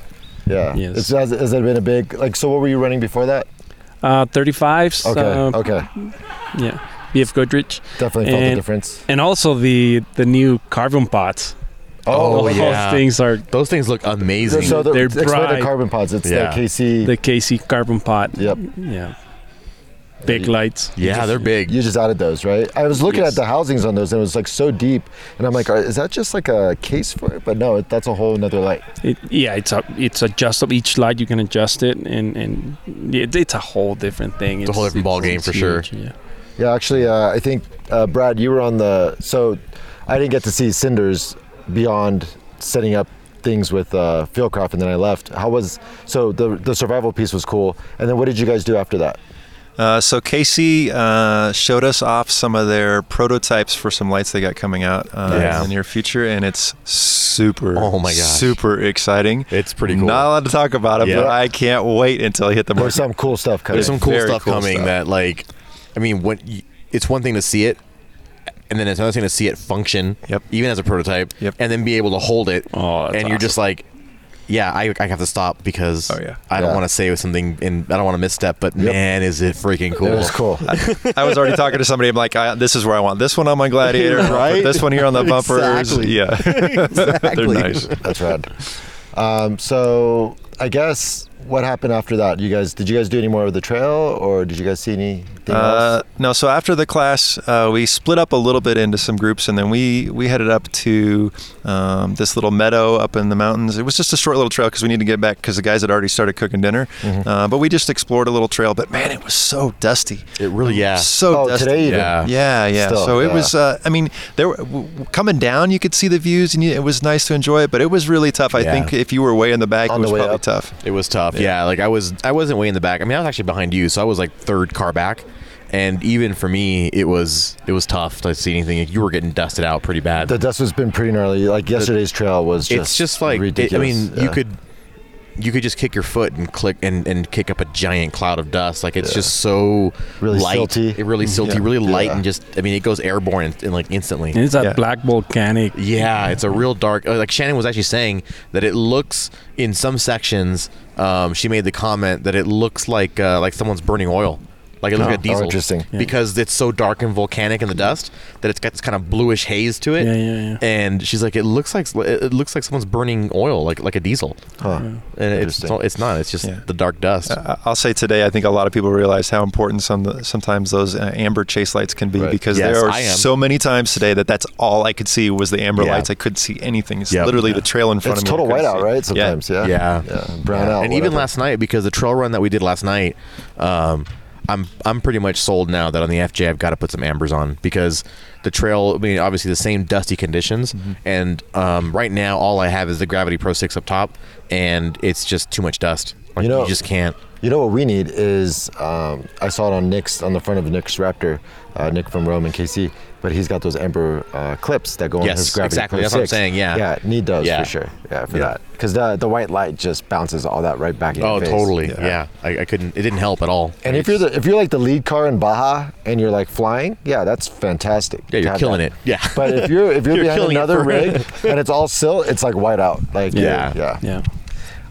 Speaker 2: Yeah.
Speaker 4: Yes.
Speaker 2: It's, has, has it been a big like? So what were you running before that?
Speaker 4: Uh, 35s.
Speaker 2: Okay.
Speaker 4: uh,
Speaker 2: okay.
Speaker 4: Yeah. BF Goodrich.
Speaker 2: Definitely felt the
Speaker 4: and-
Speaker 2: difference.
Speaker 4: And also the the new carbon pots.
Speaker 1: Oh,
Speaker 4: Those
Speaker 1: yeah.
Speaker 4: things are
Speaker 1: Those things look amazing.
Speaker 2: So the,
Speaker 4: They're
Speaker 2: explain the
Speaker 4: bright.
Speaker 2: carbon pods. It's
Speaker 1: Yeah.
Speaker 2: the KC.
Speaker 4: the KC carbon pot.
Speaker 2: yep.
Speaker 4: Yeah. Big
Speaker 2: You-
Speaker 4: lights.
Speaker 1: yeah, they're big.
Speaker 2: You just added those, right? I was looking
Speaker 4: Yes.
Speaker 2: at the housings on those, and it was like so deep, and I'm like, "Are- is that just like a case for it? But no, it, that's a whole another light.
Speaker 4: It, yeah, it's a, it's adjustable. Each light you can adjust it, and and it, it's a whole different thing.
Speaker 1: It's a whole different ball game
Speaker 4: it's
Speaker 1: for sure.
Speaker 4: huge, Yeah.
Speaker 2: Yeah, actually, uh, I think uh, Brad, you were on the. So, I didn't get to see Cinders beyond setting up things with uh, Fieldcraft, and then I left. How was so the the survival piece was cool, and then what did you guys do after that?
Speaker 3: Uh, so Casey uh, showed us off some of their prototypes for some lights they got coming out uh,
Speaker 1: Yeah.
Speaker 3: in the near future, and it's super,
Speaker 1: Oh my gosh.
Speaker 3: super exciting.
Speaker 1: It's pretty cool.
Speaker 3: Not allowed to talk about it,
Speaker 1: Yeah.
Speaker 3: but I can't wait until I hit the
Speaker 2: There's
Speaker 3: market.
Speaker 2: some cool stuff coming.
Speaker 1: There's some cool
Speaker 3: Very
Speaker 1: stuff
Speaker 3: cool
Speaker 1: coming
Speaker 3: stuff.
Speaker 1: that, like, I mean, when y it's one thing to see it, and then it's another thing to see it function,
Speaker 3: Yep.
Speaker 1: even as a prototype,
Speaker 3: Yep.
Speaker 1: and then be able to hold it,
Speaker 4: Oh,
Speaker 1: and
Speaker 4: that's
Speaker 1: you're just like, yeah, I, I have to stop because
Speaker 3: Oh, yeah.
Speaker 1: I don't
Speaker 2: Yeah.
Speaker 1: want to say something and I don't want to misstep, but man, is it freaking cool!
Speaker 2: It was cool.
Speaker 3: I was already talking to somebody. I'm like, I, this is where I want this one on my Gladiator. I'll put
Speaker 1: Right?
Speaker 3: this one here on the bumpers.
Speaker 1: Exactly.
Speaker 3: Yeah. They're
Speaker 1: exactly.
Speaker 3: nice.
Speaker 2: That's rad. Um, so I guess what happened after that? You guys, did you guys do any more of the trail, or did you guys see anything else?
Speaker 3: Uh, no, so after the class, uh, we split up a little bit into some groups, and then we we headed up to um, this little meadow up in the mountains. It was just a short little trail because we needed to get back because the guys had already started cooking dinner.
Speaker 1: Mm-hmm.
Speaker 3: Uh, but we just explored a little trail. But man, it was so dusty.
Speaker 1: It really, yeah.
Speaker 3: So
Speaker 2: oh,
Speaker 3: dusty.
Speaker 2: today even.
Speaker 1: Yeah.
Speaker 3: Yeah, yeah.
Speaker 2: Still,
Speaker 3: so it
Speaker 2: yeah.
Speaker 3: was. Uh, I mean, there were, w- w- coming down, you could see the views, and you, it was nice to enjoy it. But it was really tough. I
Speaker 1: Yeah.
Speaker 3: think if you were way in the back,
Speaker 2: On
Speaker 3: it
Speaker 2: the
Speaker 3: was
Speaker 2: way
Speaker 3: probably
Speaker 2: up.
Speaker 3: tough.
Speaker 1: It was tough. Yeah. like I was I wasn't way in the back. I mean, I was actually behind you, so I was like third car back. And even for me, it was it was tough to see anything. You were getting dusted out pretty bad.
Speaker 2: The dust has been pretty gnarly. Like yesterday's trail was just.
Speaker 1: it's just like it, I
Speaker 2: ridiculous.
Speaker 1: mean,
Speaker 2: Yeah.
Speaker 1: you could you could just kick your foot and click and, and kick up a giant cloud of dust. Like it's just so
Speaker 2: Really
Speaker 1: light,
Speaker 2: silty. Mm-hmm.
Speaker 1: It really silty,
Speaker 3: Yeah.
Speaker 1: really light,
Speaker 2: Yeah.
Speaker 1: and just I mean, it goes airborne in, in like instantly.
Speaker 4: And it's that
Speaker 3: Yeah.
Speaker 4: black volcanic.
Speaker 1: Yeah, it's a real dark. uh, Like Shannon was actually saying that it looks in some sections. Um, she made the comment that it looks like uh, like someone's burning oil, like it looks
Speaker 2: Oh.
Speaker 1: like diesel.
Speaker 2: Oh, interesting.
Speaker 4: Yeah.
Speaker 1: Because it's so dark and volcanic in the dust that it's got this kind of bluish haze to it.
Speaker 4: Yeah, yeah, yeah.
Speaker 1: And she's like, it looks like it it looks like someone's burning oil, like like a diesel.
Speaker 2: Huh.
Speaker 1: And it's
Speaker 2: Interesting.
Speaker 1: it's not. It's just
Speaker 3: Yeah.
Speaker 1: the dark dust.
Speaker 3: I- I'll say today, I think a lot of people realize how important some sometimes those uh, amber chase lights can be
Speaker 2: Right.
Speaker 3: because
Speaker 1: Yes,
Speaker 3: there are
Speaker 1: I am.
Speaker 3: so many times today that that's all I could see was the amber
Speaker 1: Yeah.
Speaker 3: lights. I couldn't see anything. It's
Speaker 1: Yep.
Speaker 3: literally the trail in front
Speaker 2: It's
Speaker 3: of me. I
Speaker 2: total
Speaker 3: couldn't
Speaker 2: whiteout,
Speaker 3: see.
Speaker 2: right?
Speaker 3: Yeah.
Speaker 2: Sometimes, yeah.
Speaker 1: Yeah.
Speaker 2: Brown out.
Speaker 1: and even
Speaker 2: whatever.
Speaker 1: last night because the trail run that we did last night um, i'm i'm pretty much sold now that on the fj i've got to put some ambers on because the trail i mean obviously the same dusty conditions
Speaker 2: Mm-hmm.
Speaker 1: and um, right now all i have is the gravity pro 6 up top and it's just too much dust like,
Speaker 2: You
Speaker 1: you,
Speaker 2: know-
Speaker 1: just can't
Speaker 2: You know what we need is um, I saw it on Nick's on the front of Nick's Raptor, uh, Nick from Rome and KC, but he's got those amber uh, clips that go on
Speaker 1: Yes,
Speaker 2: his gravity.
Speaker 1: exactly.
Speaker 2: Pro
Speaker 1: That's what I'm
Speaker 2: 6.
Speaker 1: saying, yeah.
Speaker 2: yeah, need those
Speaker 1: Yeah.
Speaker 2: for sure. Yeah, for
Speaker 1: Yeah.
Speaker 2: that because the the white light just bounces all that right back in. your
Speaker 1: oh
Speaker 2: face.
Speaker 1: totally yeah, I, I couldn't it didn't help at all
Speaker 2: And if you're the if you're like the lead car in Baja and you're like flying, yeah, that's fantastic.
Speaker 1: Yeah,
Speaker 2: to
Speaker 1: you're
Speaker 2: have
Speaker 1: killing
Speaker 2: that.
Speaker 1: it. Yeah.
Speaker 2: But if you're if you're,
Speaker 1: You're
Speaker 2: behind
Speaker 1: killing it
Speaker 2: another
Speaker 1: for-
Speaker 2: rig and it's all silt, it's like white out. Like
Speaker 1: Yeah.
Speaker 2: yeah.
Speaker 4: Yeah.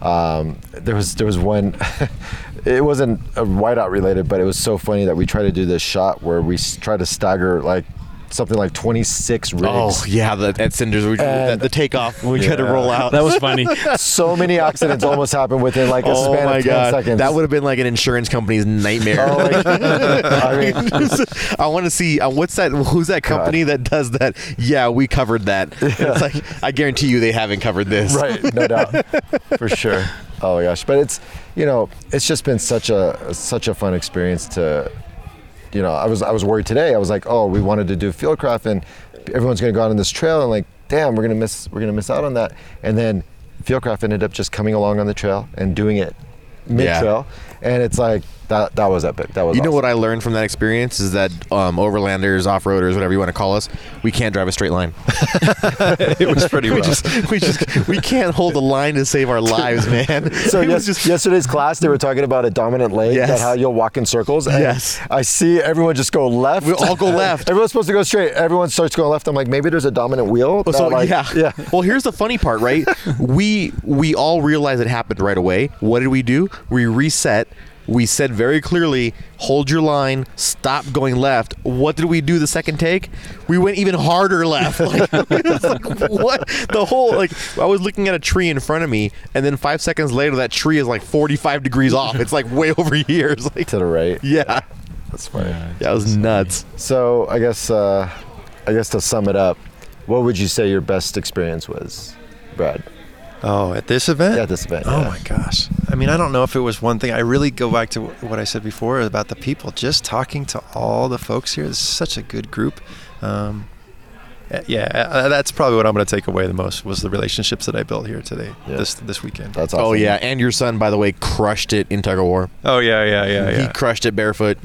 Speaker 2: Um, there was there was one. it wasn't a whiteout related, but it was so funny that we tried to do this shot where we s- tried to stagger like something like 26 rigs.
Speaker 1: oh yeah the, at cinders we, the,
Speaker 2: And-
Speaker 1: the takeoff we had to roll out
Speaker 4: That was funny.
Speaker 2: So many accidents almost happened within like a
Speaker 1: Oh
Speaker 2: span
Speaker 1: my
Speaker 2: of 10
Speaker 1: god!
Speaker 2: seconds.
Speaker 1: That would have been like an insurance company's nightmare.
Speaker 2: Oh, like, I mean,
Speaker 1: I want to see uh, what's that? Who's that company that does that? Yeah, we covered that. It's like I guarantee you they haven't covered this.
Speaker 2: right no doubt for sure oh my gosh but it's you know it's just been such a such a fun experience to you know i was i was worried today i was like oh we wanted to do fieldcraft and everyone's going to go out on this trail and like damn we're going to miss we're going to miss out on that and then fieldcraft ended up just coming along on the trail and doing it mid
Speaker 1: Yeah.
Speaker 2: trail, and it's like that. That was epic. That was.
Speaker 1: You know
Speaker 2: awesome.
Speaker 1: what I learned from that experience is that um, overlanders, off roaders, whatever you want to call us, we can't drive a straight line.
Speaker 3: it was pretty
Speaker 1: we
Speaker 3: rough.
Speaker 1: just, we just, we can't hold a line to save our lives, man.
Speaker 2: So
Speaker 1: it
Speaker 2: yes,
Speaker 1: was just
Speaker 2: yesterday's class, they were talking about a dominant leg,
Speaker 1: Yes.
Speaker 2: that how you'll walk in circles. and
Speaker 1: Yes.
Speaker 2: I see everyone just go left.
Speaker 1: We all go left.
Speaker 2: Everyone's supposed to go straight. Everyone starts going left. I'm like, maybe there's a dominant wheel.
Speaker 1: Oh,
Speaker 2: that,
Speaker 1: so
Speaker 2: like-
Speaker 1: yeah.
Speaker 2: yeah.
Speaker 1: Well, here's the funny part, right? we we all realized it happened right away. What did we do? We reset. We said very clearly, hold your line, stop going left. What did we do the second take? We went even harder left. Like, it's like, what? The whole like I was looking at a tree in front of me, and then five seconds later, that tree is like 45 degrees off. It's like way over here. It's like,
Speaker 2: To the right.
Speaker 1: yeah,
Speaker 2: That's funny.
Speaker 1: that was nuts.
Speaker 2: So I guess, uh, I guess to sum it up, what would you say your best experience was, Brad,
Speaker 3: Oh, at this event?
Speaker 2: at this event?
Speaker 3: Oh
Speaker 2: yeah.
Speaker 3: my gosh. I mean, I don't know if it was one thing. I really go back to wh- what I said before about the people. Just talking to all the folks here. This is such a good group. Um, eh, yeah, eh, that's probably what I'm going to take away the most was the relationships that I built here today,
Speaker 2: Yeah.
Speaker 3: this this weekend.
Speaker 2: That's awesome.
Speaker 1: Oh yeah, and your son, by the way, crushed it in tug of war.
Speaker 3: Oh yeah, yeah, yeah,
Speaker 1: He
Speaker 3: yeah.
Speaker 1: crushed it barefoot.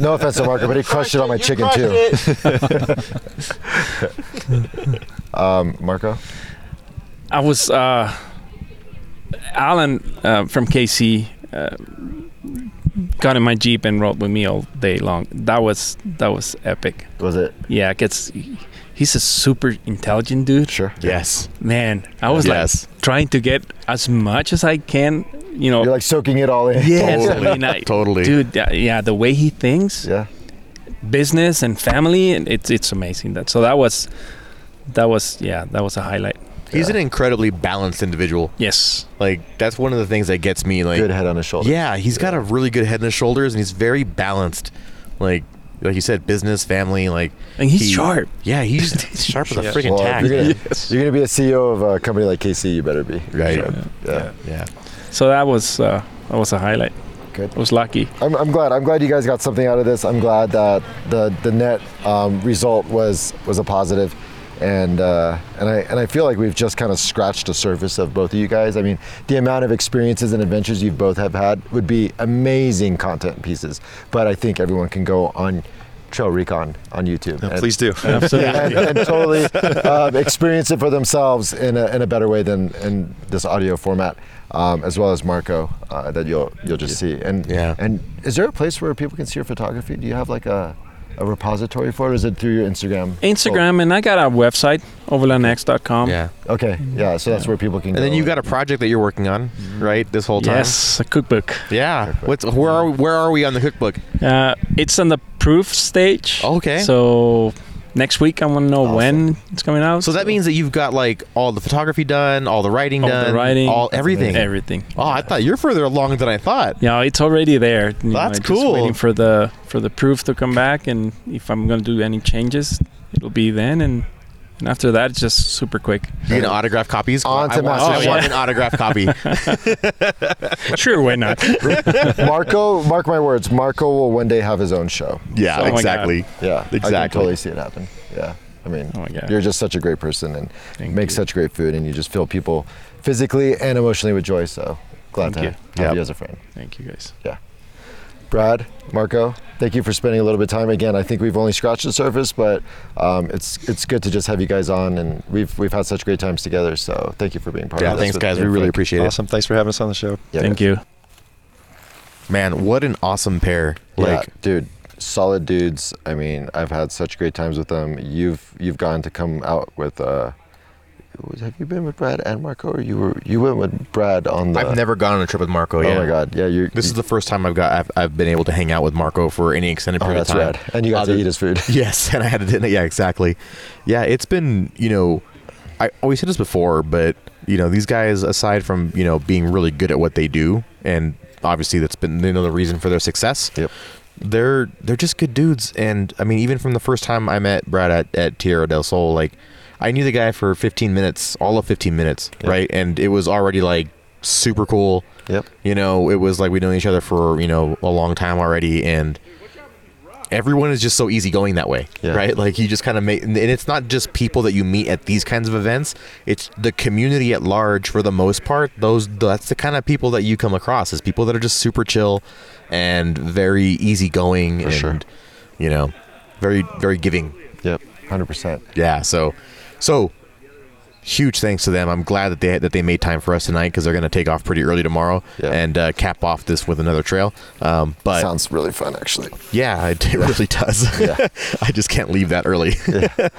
Speaker 2: No offense to Marco, but he crushed it on my chicken too. Um, Marco.
Speaker 4: I was uh, Alan uh, from KC uh, got in my jeep and rode with me all day long. That was that was epic.
Speaker 2: Was it?
Speaker 4: Yeah, it gets he's a super intelligent dude.
Speaker 2: Sure.
Speaker 1: Yes.
Speaker 4: Man, I was
Speaker 1: Yes.
Speaker 4: like trying to get as much as I can. You know.
Speaker 2: You're like soaking it all in.
Speaker 4: yes.
Speaker 1: Totally.
Speaker 4: I mean, I-
Speaker 1: Totally.
Speaker 4: Dude, yeah, yeah, the way he thinks,
Speaker 2: Yeah.
Speaker 4: business and family, and it's it's amazing. That so that was, that was yeah, that was a highlight.
Speaker 1: He's an incredibly balanced individual.
Speaker 4: Yes,
Speaker 1: Like that's one of the things that gets me like
Speaker 2: Good head on his shoulder.
Speaker 1: Yeah, he's got a really good head and his shoulders and he's very balanced. Like like you said, business, family, like
Speaker 4: and he's
Speaker 1: He-
Speaker 4: sharp.
Speaker 1: yeah, he's, he's sharp as a
Speaker 3: Yeah.
Speaker 1: freaking
Speaker 2: Well,
Speaker 1: tack.
Speaker 2: if you're gonna,
Speaker 3: Yes.
Speaker 2: you're gonna be a CEO of a company like KC, you better be.
Speaker 1: Right.
Speaker 2: So, yeah.
Speaker 1: Yeah.
Speaker 4: So that was uh, that was a highlight.
Speaker 2: Good.
Speaker 4: I was lucky.
Speaker 2: I'm, I'm glad. I'm glad you guys got something out of this. I'm glad that the the net um, result was was a positive, and uh, and I and I feel like we've just kind of scratched the surface of both of you guys. I mean, the amount of experiences and adventures you both have had would be amazing content pieces. But I think everyone can go on Trail Recon on YouTube. and-
Speaker 3: Please do.
Speaker 2: and, and totally um, experience it for themselves in a, in a better way than in this audio format, um, as well as Marco uh, that you'll you'll just see. And
Speaker 1: Yeah.
Speaker 2: and is there a place where people can see your photography? Do you have like a a repository for it? Or is it through your Instagram?
Speaker 4: Instagram, and I got a website, overlandx.com.
Speaker 1: Yeah.
Speaker 2: Okay, yeah. So that's where people can.
Speaker 1: Um, And then
Speaker 2: go
Speaker 1: you've got a project that you're working on, right? This whole time.
Speaker 4: Yes, a cookbook.
Speaker 1: Yeah. What's where are we, where are we on the cookbook?
Speaker 4: Uh, it's on the proof stage.
Speaker 1: Okay.
Speaker 4: So next week, I want to know
Speaker 2: Awesome.
Speaker 4: when it's coming out.
Speaker 1: So that means that you've got like all the photography done, all the writing
Speaker 4: All the
Speaker 1: done,
Speaker 4: writing,
Speaker 1: all everything.
Speaker 4: everything.
Speaker 1: Oh, I thought you're further along than I thought.
Speaker 4: Yeah, it's already there. You
Speaker 1: That's
Speaker 4: I'm just
Speaker 1: cool.
Speaker 4: waiting for the for the proof to come back, and if I'm gonna do any changes, it'll be then. And, and after that, it's just super quick.
Speaker 1: You can autograph copies.
Speaker 2: On
Speaker 1: I
Speaker 2: to
Speaker 1: want,
Speaker 2: Master
Speaker 1: I want
Speaker 4: Chef.
Speaker 1: an autograph copy.
Speaker 4: sure, why not?
Speaker 2: Marco, mark my words. Marco will one day have his own show.
Speaker 1: Yeah,
Speaker 4: Oh my God.
Speaker 1: exactly.
Speaker 2: Yeah, I can
Speaker 1: Exactly.
Speaker 2: totally see it happen. Yeah, I mean,
Speaker 4: Oh my God.
Speaker 2: you're just such a great person and
Speaker 4: Thank
Speaker 2: make
Speaker 4: you.
Speaker 2: such great food, and you just fill people physically and emotionally with joy. So glad
Speaker 4: Thank
Speaker 2: to
Speaker 4: you.
Speaker 2: have
Speaker 1: Yep.
Speaker 2: you as a friend.
Speaker 4: Thank you guys.
Speaker 2: Brad, Marco, thank you for spending a little bit of time again. I think we've only scratched the surface, but um, it's it's good to just have you guys on, and we've we've had such great times together. So thank you for being part
Speaker 1: Yeah,
Speaker 2: of this.
Speaker 1: thanks
Speaker 2: with
Speaker 1: guys.
Speaker 2: me
Speaker 1: We
Speaker 2: and
Speaker 1: really
Speaker 2: Frank.
Speaker 1: appreciate it.
Speaker 3: awesome. Thanks for having us on the show.
Speaker 2: Yeah,
Speaker 4: Thank
Speaker 2: guys.
Speaker 4: you.
Speaker 1: Man, what an awesome pair.
Speaker 2: Yeah,
Speaker 1: Like
Speaker 2: dude, solid dudes. I mean, I've had such great times with them. You've you've gone to come out with. Uh, have you been with Brad and Marco, or you were you went with Brad on the?
Speaker 1: I've never gone on a trip with Marco
Speaker 2: Oh
Speaker 1: yet.
Speaker 2: my God! Yeah, you.
Speaker 1: This is the first time I've got I've, I've been able to hang out with Marco for any extended
Speaker 2: Oh,
Speaker 1: period
Speaker 2: that's
Speaker 1: of time.
Speaker 2: rad. And you got to
Speaker 1: Other-
Speaker 2: eat his food.
Speaker 1: Yes, and I had to. Yeah, exactly. Yeah, it's been you know, I always said this before, but you know, these guys, aside from you know being really good at what they do, and obviously that's been you know the reason for their success.
Speaker 2: Yep.
Speaker 1: They're they're just good dudes, and I mean, even from the first time I met Brad at at Tierra del Sol, like I knew the guy for 15 minutes, all of 15 minutes,
Speaker 2: Yep.
Speaker 1: right? And it was already like super cool.
Speaker 2: Yep.
Speaker 1: You know, it was like we know each other for you know a long time already, and everyone is just so easygoing that way,
Speaker 2: Yeah.
Speaker 1: right? Like you just kind of make, and it's not just people that you meet at these kinds of events. It's the community at large for the most part. Those that's the kind of people that you come across is people that are just super chill and very easygoing and
Speaker 2: sure.
Speaker 1: you know, very very giving.
Speaker 2: Yep, 100%.
Speaker 1: Yeah. So, so huge thanks to them. I'm glad that they that they made time for us tonight because they're going to take off pretty early tomorrow
Speaker 2: Yeah.
Speaker 1: and uh, cap off this with another trail. Um, but
Speaker 5: Sounds really fun, actually.
Speaker 1: yeah, it really does.
Speaker 2: Yeah.
Speaker 1: I just can't leave that early.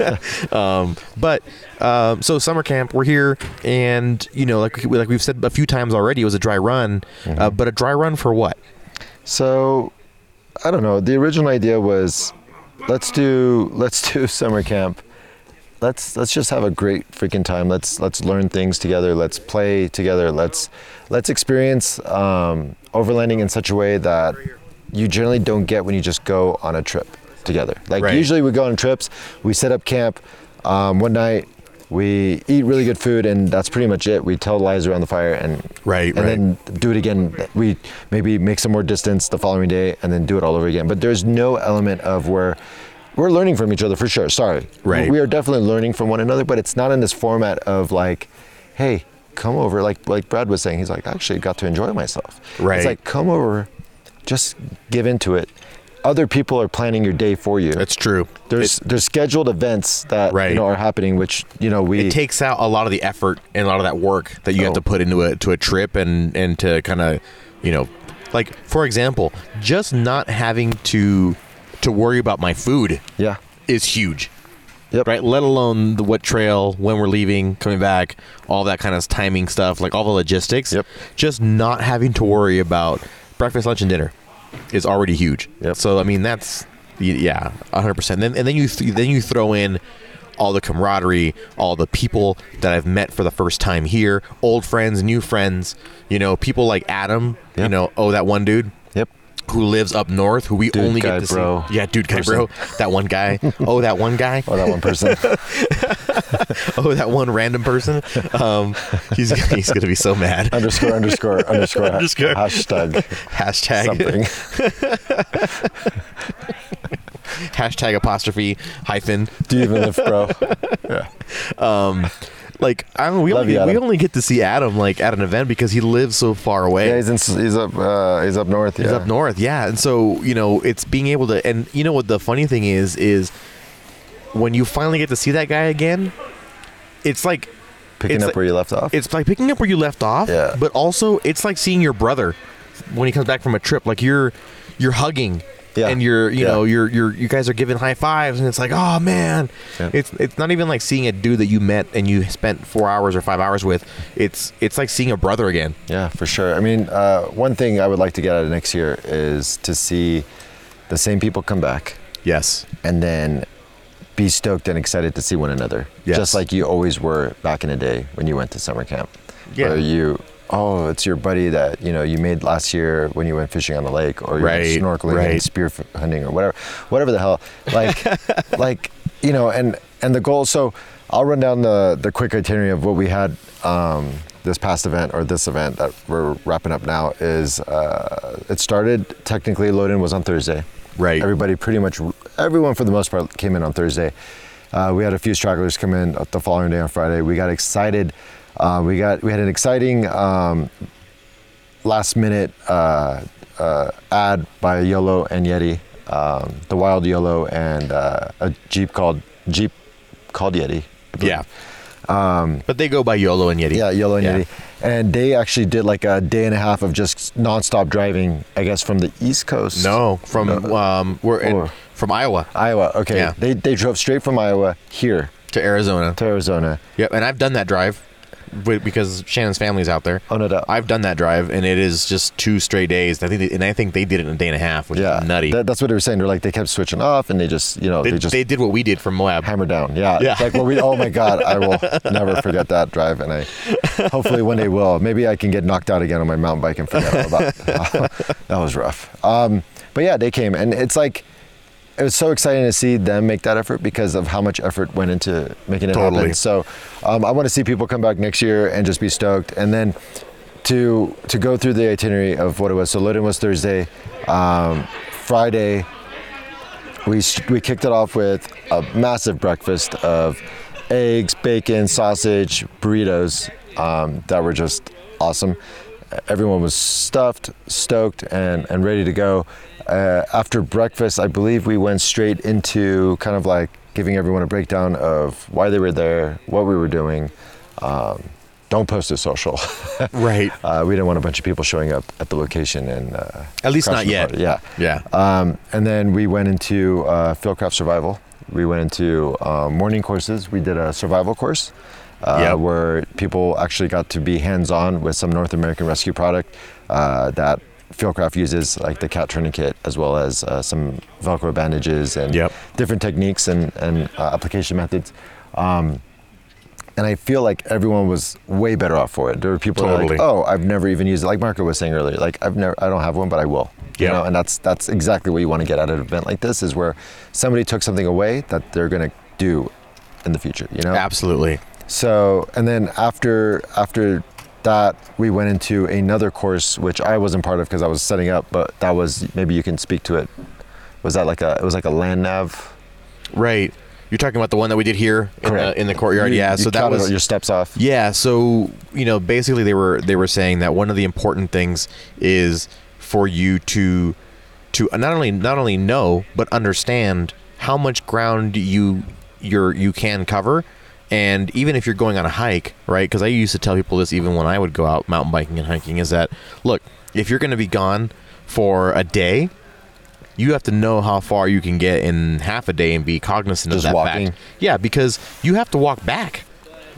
Speaker 1: um, but um, so summer camp, we're here, and you know, like we- like we've said a few times already, it was a dry run,
Speaker 2: Mm-hmm.
Speaker 1: uh, but a dry run for what?
Speaker 2: So, I don't know. The original idea was, let's do let's do summer camp. Let's let's just have a great freaking time. Let's let's learn things together. Let's play together. Let's let's experience um, overlanding in such a way that you generally don't get when you just go on a trip together. Like
Speaker 1: Right.
Speaker 2: usually we go on trips, we set up camp um, one night. We eat really good food, and that's pretty much it. We tell lies around the fire, and
Speaker 1: Right,
Speaker 2: and
Speaker 1: right.
Speaker 2: then do it again. We maybe make some more distance the following day and then do it all over again. But there's no element of where we're learning from each other for sure. Sorry.
Speaker 1: Right.
Speaker 2: We are definitely learning from one another, but it's not in this format of like, hey, come over. Like like Brad was saying, he's like, I actually got to enjoy myself.
Speaker 1: Right.
Speaker 2: It's like, come over, just give into it. Other people are planning your day for you.
Speaker 1: true.
Speaker 2: there's there's scheduled events that
Speaker 1: Right.
Speaker 2: you know are happening, which you know we
Speaker 1: it takes out a lot of the effort and a lot of that work that you have to
Speaker 2: Oh.
Speaker 1: put into a to a trip and and to kind of you know like for example just not having to to worry about my food
Speaker 2: yeah
Speaker 1: is huge
Speaker 2: Yep.
Speaker 1: right let alone the what trail when we're leaving coming back all that kind of timing stuff like all the logistics
Speaker 2: Yep.
Speaker 1: just not having to worry about breakfast lunch and dinner is already huge
Speaker 2: Yep.
Speaker 1: so i mean that's y- yeah 100% then, and then you th- then you throw in all the camaraderie all the people that i've met for the first time here old friends new friends you know people like adam you
Speaker 2: Yep.
Speaker 1: know oh that one dude
Speaker 2: yep
Speaker 1: who lives up north who we
Speaker 2: Dude
Speaker 1: only
Speaker 2: guy,
Speaker 1: get to
Speaker 2: bro.
Speaker 1: see yeah dude guy
Speaker 2: Person.
Speaker 1: bro that one guy oh that one guy
Speaker 2: or that one person
Speaker 1: oh that one random person um he's he's gonna be so mad
Speaker 2: underscore underscore underscore
Speaker 1: Underscore.
Speaker 2: hashtag
Speaker 1: hashtag
Speaker 2: something.
Speaker 1: hashtag apostrophe hyphen
Speaker 2: Do you even live, bro?
Speaker 1: um like i don't we
Speaker 2: Love
Speaker 1: only,
Speaker 2: you,
Speaker 1: we
Speaker 2: Adam.
Speaker 1: only get to see adam like at an event because he lives so far away
Speaker 2: Yeah, he's in, he's up uh, he's up north. Yeah.
Speaker 1: He's up north, yeah. And so, you know, it's being able to and you know what the funny thing is is when you finally get to see that guy again, it's like
Speaker 2: picking
Speaker 1: It's
Speaker 2: up
Speaker 1: like-
Speaker 2: where you left off.
Speaker 1: it's like picking up where you left off,
Speaker 2: Yeah.
Speaker 1: but also it's like seeing your brother when he comes back from a trip. Like you're you're hugging
Speaker 2: Yeah.
Speaker 1: and you're you
Speaker 2: Yeah.
Speaker 1: know, you're you're you guys are giving high fives and it's like, "Oh man."
Speaker 2: Yeah.
Speaker 1: It's it's not even like seeing a dude that you met and you spent 4 hours or 5 hours with. It's it's like seeing a brother again.
Speaker 2: Yeah, for sure. I mean, uh, one thing I would like to get out of next year is to see the same people come back
Speaker 1: Yes.
Speaker 2: and then be stoked and excited to see one another.
Speaker 1: Yes.
Speaker 2: Just like you always were back in the day when you went to summer camp.
Speaker 1: Yeah.
Speaker 2: Where you oh, it's your buddy that, you know, you made last year when you went fishing on the lake or you
Speaker 1: Right,
Speaker 2: went snorkeling
Speaker 1: right.
Speaker 2: and spear f- hunting or whatever whatever the hell. Like like you know, and and the goal so I'll run down the the quick itinerary of what we had um this past event or this event that we're wrapping up now is uh, it started technically load in was on Thursday.
Speaker 1: Right.
Speaker 2: Everybody pretty much, everyone for the most part came in on Thursday. Uh, we had a few stragglers come in the following day on Friday. We got excited. Uh, we got we had an exciting um, last minute uh, uh, ad by Yolo and Yeti, um, the Wild Yolo, and uh, a Jeep called Jeep called Yeti.
Speaker 1: Yeah. Um, but they go by YOLO and Yeti.
Speaker 2: Yeah, Yolo and
Speaker 1: Yeah.
Speaker 2: Yeti. And they actually did like a day and a half of just nonstop driving, I guess, from the East Coast.
Speaker 1: No, from um, we're in,
Speaker 2: Or-
Speaker 1: from Iowa
Speaker 2: Iowa. Okay.
Speaker 1: Yeah.
Speaker 2: They, they drove straight from Iowa here
Speaker 1: to Arizona.
Speaker 2: to Arizona.
Speaker 1: yep, and I've done that drive wi- because Shannon's family's out there.
Speaker 2: Oh no doubt.
Speaker 1: I've done that drive, and it is just two straight days. I think, they, and I think they did it in a day and a half, which
Speaker 2: yeah.
Speaker 1: is nutty.
Speaker 2: That- that's what they were saying. They're like they kept switching off, and they just you know
Speaker 1: they,
Speaker 2: they, just
Speaker 1: they did what we did from Moab.
Speaker 2: hammer down. Yeah.
Speaker 1: Yeah.
Speaker 2: It's like well, we oh my god, I will never forget that drive, and I hopefully one day will. Maybe I can get knocked out again on my mountain bike and forget all about that was rough. Um, but yeah, they came, and it's like. It was so exciting to see them make that effort because of how much effort went into making it
Speaker 1: Totally.
Speaker 2: happen. So, um, I want to see people come back next year and just be stoked. And then to to go through the itinerary of what it was. So Loden was Thursday, um, Friday. we sh- we kicked it off with a massive breakfast of eggs, bacon, sausage, burritos um, that were just awesome. Everyone was stuffed, stoked, and and ready to go. Uh, after breakfast, I believe we went straight into kind of like giving everyone a breakdown of why they were there, what we were doing. Um, don't post to social.
Speaker 1: Right.
Speaker 2: Uh, we didn't want a bunch of people showing up at the location and uh,
Speaker 1: At least not
Speaker 2: crashing the
Speaker 1: yet.
Speaker 2: party. Yeah.
Speaker 1: Yeah.
Speaker 2: Um, and then we went into uh, Fieldcraft Survival. We went into uh, morning courses. We did a survival course uh,
Speaker 1: Yep.
Speaker 2: where people actually got to be hands-on with some North American rescue product uh, that Fieldcraft uses, like the cat tourniquet, as well as uh, some Velcro bandages and
Speaker 1: Yep.
Speaker 2: different techniques and, and uh, application methods. Um, and I feel like everyone was way better off for it. There were people that
Speaker 1: Totally.
Speaker 2: were like, "Oh, I've never even used it." Like Marco was saying earlier, like I've never, I don't have one, but I will. You
Speaker 1: Yeah.
Speaker 2: know, and that's that's exactly what you want to get out of an event like this is where somebody took something away that they're gonna do in the future. You know.
Speaker 1: Absolutely.
Speaker 2: So, and then after after that, we went into another course which I wasn't part of because I was setting up, but that was maybe you can speak to it. Was that like a it was like a land nav?
Speaker 1: Right. You're talking about the one that we did here in, the,
Speaker 2: Correct.
Speaker 1: in the courtyard.
Speaker 2: You-
Speaker 1: yeah.
Speaker 2: you
Speaker 1: so that
Speaker 2: counted
Speaker 1: was
Speaker 2: your steps off.
Speaker 1: Yeah, so you know, basically they were they were saying that one of the important things is for you to to not only not only know but understand how much ground you you're you can cover and even if you're going on a hike, right? Cuz I used to tell people this even when I would go out mountain biking and hiking is that look, if you're going to be gone for a day, you have to know how far you can get in half a day and be cognizant
Speaker 2: Just
Speaker 1: of that
Speaker 2: walking.
Speaker 1: fact. Yeah, because you have to walk back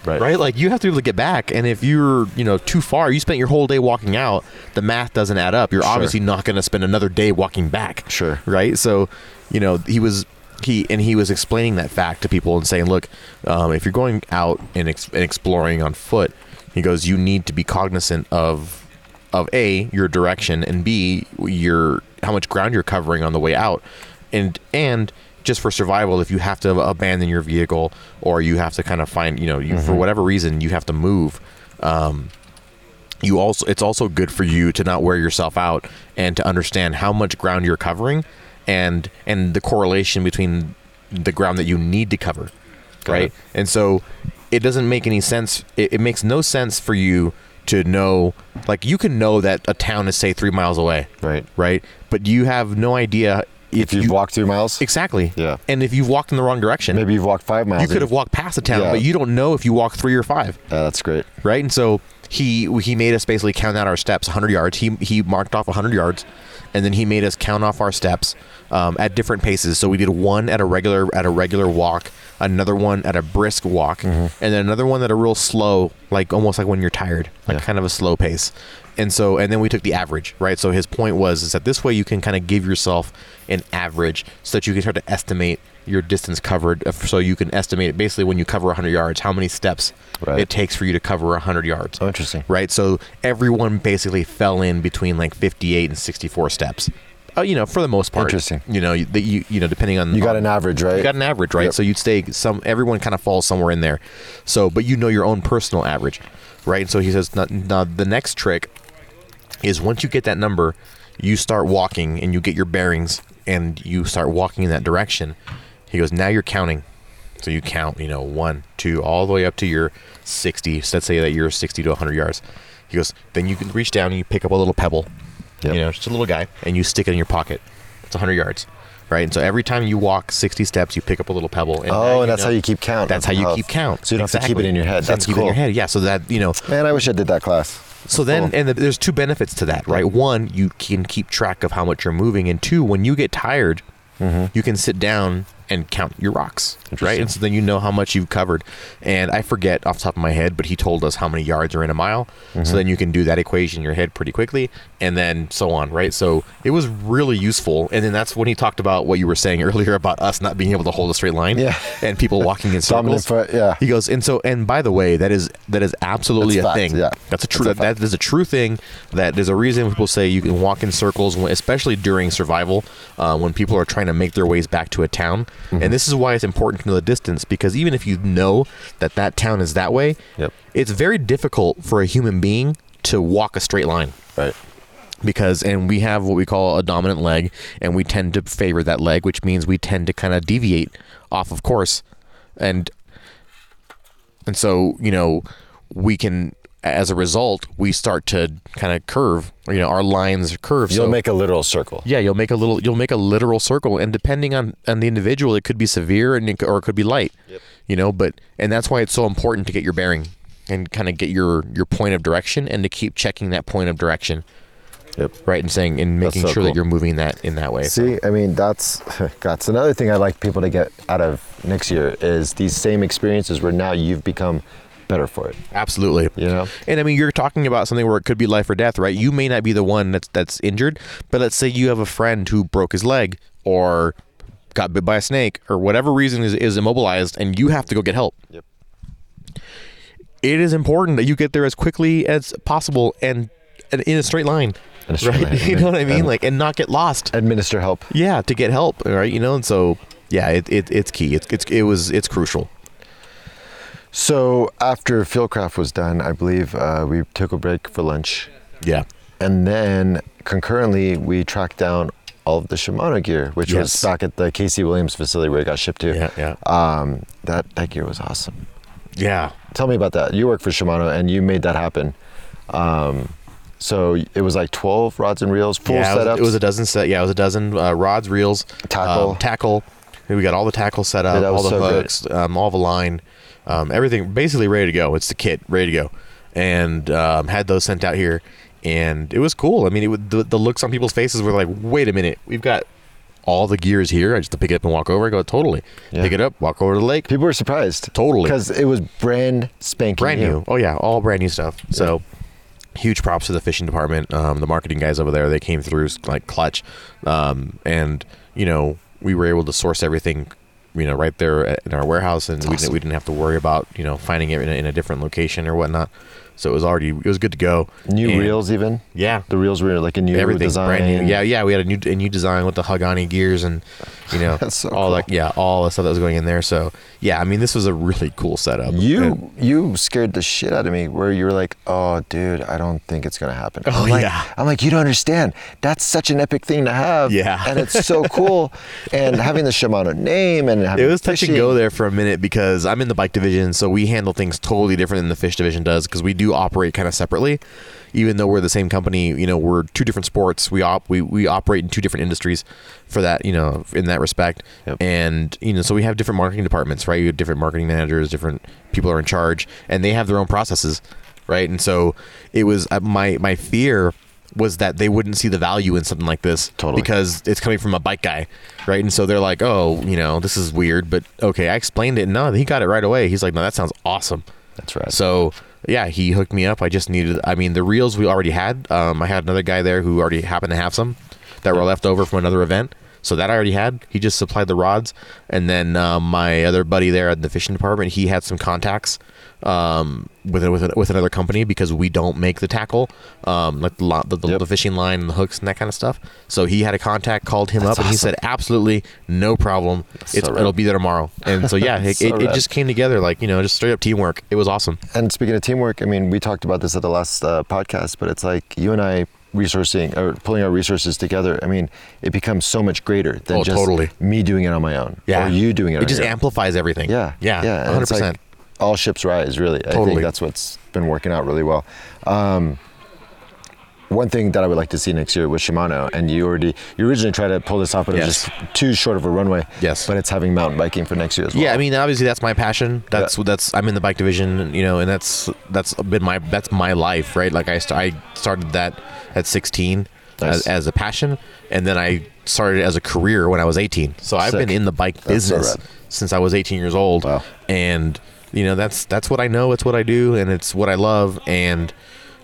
Speaker 1: right? Like you have to be able to get back, and if you're you know too far, you spent your whole day walking out. The math doesn't add up. You're
Speaker 2: Sure.
Speaker 1: obviously not going to spend another day walking back.
Speaker 2: Sure.
Speaker 1: right? So, you know, he was he and he was explaining that fact to people and saying, look, um, if you're going out and, ex- and exploring on foot, he goes, you need to be cognizant of of a your direction and b your how much ground you're covering on the way out, and and just for survival, if you have to abandon your vehicle or you have to kind of find, you know, you,
Speaker 2: Mm-hmm.
Speaker 1: for whatever reason you have to move, um, you also it's also good for you to not wear yourself out and to understand how much ground you're covering and and the correlation between the ground that you need to cover right
Speaker 2: it.
Speaker 1: and so it doesn't make any sense it, it makes no sense for you to know like you can know that a town is say three miles away
Speaker 2: Right.
Speaker 1: right but you have no idea if,
Speaker 2: If you've
Speaker 1: you
Speaker 2: walked three miles,
Speaker 1: exactly
Speaker 2: Yeah.
Speaker 1: and if you've walked in the wrong direction
Speaker 2: maybe you've walked five miles.
Speaker 1: you could
Speaker 2: and-
Speaker 1: have walked past a town
Speaker 2: Yeah.
Speaker 1: but you don't know if you walked three or five
Speaker 2: Yeah, that's great.
Speaker 1: right? And so he he made us basically count out our steps, 100 yards. He he marked off 100 yards, and then he made us count off our steps um, at different paces. So we did one at a regular at a regular walk, another one at a brisk walk, and then another one at a real slow, like almost like when you're tired, like
Speaker 2: Yeah.
Speaker 1: kind of a slow pace. And so and then we took the average, right? So his point was is that this way you can kind of give yourself an average so that you can start to estimate your distance covered uh, so you can estimate basically when you cover 100 yards how many steps
Speaker 2: Right.
Speaker 1: it takes for you to cover 100 yards.
Speaker 2: Oh, interesting.
Speaker 1: Right? So everyone basically fell in between like 58 and 64 steps. Uh, you know, for the most part.
Speaker 2: Interesting.
Speaker 1: You know, you- that you you know, depending on
Speaker 2: You got
Speaker 1: on-
Speaker 2: an average, right?
Speaker 1: you got an average, right?
Speaker 2: Yep.
Speaker 1: So you'd stay some. Everyone kind of falls somewhere in there. So, but you know your own personal average, right? So he says, now, now the next trick is once you get that number, you start walking and you get your bearings and you start walking in that direction. He goes, now you're counting. So you count, you know, one, two, all the way up to your 60. So let's say that you're 60 to 100 yards. He goes, then you can reach down and you pick up a little pebble,
Speaker 2: Yep.
Speaker 1: you know, just a little guy, and you stick it in your pocket. It's 100 yards, right? And so every time you walk 60 steps, you pick up a little pebble. And now
Speaker 2: Oh, and that's
Speaker 1: know-
Speaker 2: how you keep count.
Speaker 1: That's how
Speaker 2: of
Speaker 1: you
Speaker 2: health.
Speaker 1: keep count.
Speaker 2: So you don't have to keep it in your head.
Speaker 1: You don't
Speaker 2: That's
Speaker 1: keep
Speaker 2: cool.
Speaker 1: it in your head. Yeah. So that, you know,
Speaker 2: Man, I wish I did that class.
Speaker 1: so then,
Speaker 2: Cool.
Speaker 1: and the, there's two benefits to that, right? One, you can keep track of how much you're moving, and two, when you get tired,
Speaker 2: Mm-hmm.
Speaker 1: you can sit down and count your rocks, right? And so then you know how much you've covered. And I forget off the top of my head, but he told us how many yards are in a mile. So
Speaker 2: Mm-hmm.
Speaker 1: then you can do that equation in your head pretty quickly, and then so on, right? So it was really useful. And then that's when he talked about what you were saying earlier about us not being able to hold a straight line,
Speaker 2: Yeah.
Speaker 1: and people walking in
Speaker 2: Dominant
Speaker 1: circles.
Speaker 2: foot, yeah.
Speaker 1: He goes, and so, and by the way, that is that is absolutely
Speaker 2: That's
Speaker 1: a
Speaker 2: fact,
Speaker 1: thing.
Speaker 2: yeah.
Speaker 1: That's a true.
Speaker 2: That's a
Speaker 1: that, that is a true thing. That there's a reason people say you can walk in circles, when- especially during survival, uh, when people are trying to make their ways back to a town.
Speaker 2: Mm-hmm.
Speaker 1: And this is why it's important to know the distance, because even if you know that that town is that way,
Speaker 2: Yep.
Speaker 1: it's very difficult for a human being to walk a straight line
Speaker 2: Right.
Speaker 1: because and we have what we call a dominant leg and we tend to favor that leg which means we tend to kind of deviate off of course and and so you know we can as a result we start to kind of curve you know our lines curve
Speaker 5: You'll
Speaker 1: so
Speaker 5: make a literal circle.
Speaker 1: yeah you'll make a little you'll make a literal circle and depending on on the individual it could be severe and it, c- or it could be light you know but and that's why it's so important to get your bearing and kind of get your your point of direction and to keep checking that point of direction
Speaker 2: Yep.
Speaker 1: right and saying and
Speaker 2: That's
Speaker 1: making
Speaker 2: so
Speaker 1: sure that
Speaker 2: cool.
Speaker 1: you're moving that in that way
Speaker 2: See, I mean, that's that's another thing I'd like people to get out of next year is these same experiences where now you've become better for it.
Speaker 1: absolutely
Speaker 2: You know,
Speaker 1: and i mean you're talking about something where it could be life or death right you may not be the one that's that's injured but let's say you have a friend who broke his leg or got bit by a snake or whatever reason is, is immobilized and you have to go get help
Speaker 2: Yep.
Speaker 1: it is important that you get there as quickly as possible and, and in a straight line
Speaker 2: In a straight
Speaker 1: right
Speaker 2: line,
Speaker 1: you know what i mean
Speaker 2: and-
Speaker 1: like and not get lost
Speaker 2: administer help.
Speaker 1: yeah to get help right you know and so yeah it, it, it's key it's, it's it was it's crucial
Speaker 2: So after Fieldcraft was done, I believe uh, we took a break for lunch,
Speaker 1: yeah
Speaker 2: and then concurrently we tracked down all of the Shimano gear, which
Speaker 1: Yes.
Speaker 2: was back at the Casey Williams facility where it got shipped to.
Speaker 1: yeah yeah
Speaker 2: Um, that that gear was awesome.
Speaker 1: yeah
Speaker 2: Tell me about that. You work for Shimano, and you made that happen. Um, so it was like 12 rods and reels, full
Speaker 1: yeah, it was-
Speaker 2: setups.
Speaker 1: It was a dozen set. Yeah, it was a dozen uh, rods, reels,
Speaker 2: Tackle.
Speaker 1: um, tackle. We got all the tackle set up,
Speaker 2: Yeah, that
Speaker 1: all
Speaker 2: was
Speaker 1: the
Speaker 2: so good.
Speaker 1: hooks, um, all the line, um, everything basically ready to go. It's the kit ready to go, and um, had those sent out here, and it was cool. I mean, it would, the, the looks on people's faces were like, "Wait a minute, we've got all the gears here." I just pick it up and walk over. I go, "Totally."
Speaker 2: Yeah.
Speaker 1: Pick it up, walk over to the lake.
Speaker 2: People were surprised.
Speaker 1: Totally.
Speaker 2: Because it was brand spanking
Speaker 1: brand new. Oh yeah, all brand new stuff. So huge props to the fishing department, um, the marketing guys over there. They came through like clutch, um, and you know we were able to source everything, you know, right there at- in our warehouse, and we, didn't, we didn't have to worry about you know finding it in a, in a different location or whatnot. So it was already it was good to go.
Speaker 2: New
Speaker 1: And-
Speaker 2: reels, even.
Speaker 1: Yeah.
Speaker 2: The reels were like a new
Speaker 1: Everything's
Speaker 2: design.
Speaker 1: brand new. Yeah, yeah. We had a new a new design with the Hagani gears and you know
Speaker 2: That's so
Speaker 1: all
Speaker 2: cool.
Speaker 1: that yeah all the stuff that was going in there. So yeah, I mean this was a really cool setup. And-
Speaker 2: You you scared the shit out of me where you were like, oh dude, I don't think it's gonna happen.
Speaker 1: Oh,
Speaker 2: I'm like,
Speaker 1: yeah.
Speaker 2: I'm like, you don't understand. That's such an epic thing to have.
Speaker 1: Yeah.
Speaker 2: And it's so cool. and having the Shimano name and having
Speaker 1: It was touch
Speaker 2: fishing,
Speaker 1: and go there for a minute because I'm in the bike division, so we handle things totally different than the fish division does because we do operate kind of separately. Even though we're the same company, you know, we're two different sports. We op we, we operate in two different industries for that, you know, in that respect.
Speaker 2: Yep.
Speaker 1: And you know, so we have different marketing departments, right? You have different marketing managers, different people are in charge, and they have their own processes, right? And so it was uh, my my fear was that they wouldn't see the value in something like this
Speaker 2: Totally.
Speaker 1: because because it's coming from a bike guy, right? And so they're like, oh, you know, this is weird, but okay, I explained it. and No, he got it right away. He's like, no, that sounds awesome.
Speaker 2: That's right.
Speaker 1: So yeah, he hooked me up. I just needed. I mean, the reels we already had. Um, I had another guy there who already happened to have some that were left over from another event. So that I already had. He just supplied the rods, and then um, my other buddy there at the fishing department, he had some contacts um, with with with another company because we don't make the tackle, um, like the, lo- the, the,
Speaker 2: Yep.
Speaker 1: the fishing line and the hooks and that kind of stuff. So he had a contact, called him up, and he
Speaker 2: awesome.
Speaker 1: said, "Absolutely, no problem.
Speaker 2: so
Speaker 1: It's,
Speaker 2: rad.
Speaker 1: it'll be there tomorrow." And so yeah, it,
Speaker 2: So
Speaker 1: it, it
Speaker 2: rad.
Speaker 1: just came together like you know, just straight up teamwork. It was awesome.
Speaker 2: And speaking of teamwork, I mean, we talked about this at the last uh, podcast, but it's like you and I resourcing or pulling our resources together. I mean, it becomes so much greater than
Speaker 1: Oh,
Speaker 2: just
Speaker 1: totally.
Speaker 2: me doing it on my own or you doing it.
Speaker 1: It
Speaker 2: on
Speaker 1: just
Speaker 2: your own.
Speaker 1: amplifies everything.
Speaker 2: Yeah.
Speaker 1: Yeah.
Speaker 2: Yeah. and
Speaker 1: 100%.
Speaker 2: it's like all ships rise, really. I think
Speaker 1: Totally.
Speaker 2: that's what's been working out really well. Um, one thing that I would like to see next year with Shimano, and you already, you originally tried to pull this off, but it was
Speaker 1: Yes.
Speaker 2: just too short of a runway.
Speaker 1: Yes.
Speaker 2: But it's having mountain biking for next year as well.
Speaker 1: yeah, I mean, obviously that's my passion. That's that's I'm in the bike division, you know, and that's that's been my that's my life, right? Like I st- I started that at 16
Speaker 2: Nice.
Speaker 1: as, as a passion, and then I started as a career when I was 18. So I've
Speaker 2: Sick.
Speaker 1: been in the bike
Speaker 2: That's so
Speaker 1: business
Speaker 2: rad.
Speaker 1: since I was 18 years old,
Speaker 2: Wow.
Speaker 1: and you know that's that's what I know, it's what I do, and it's what I love, and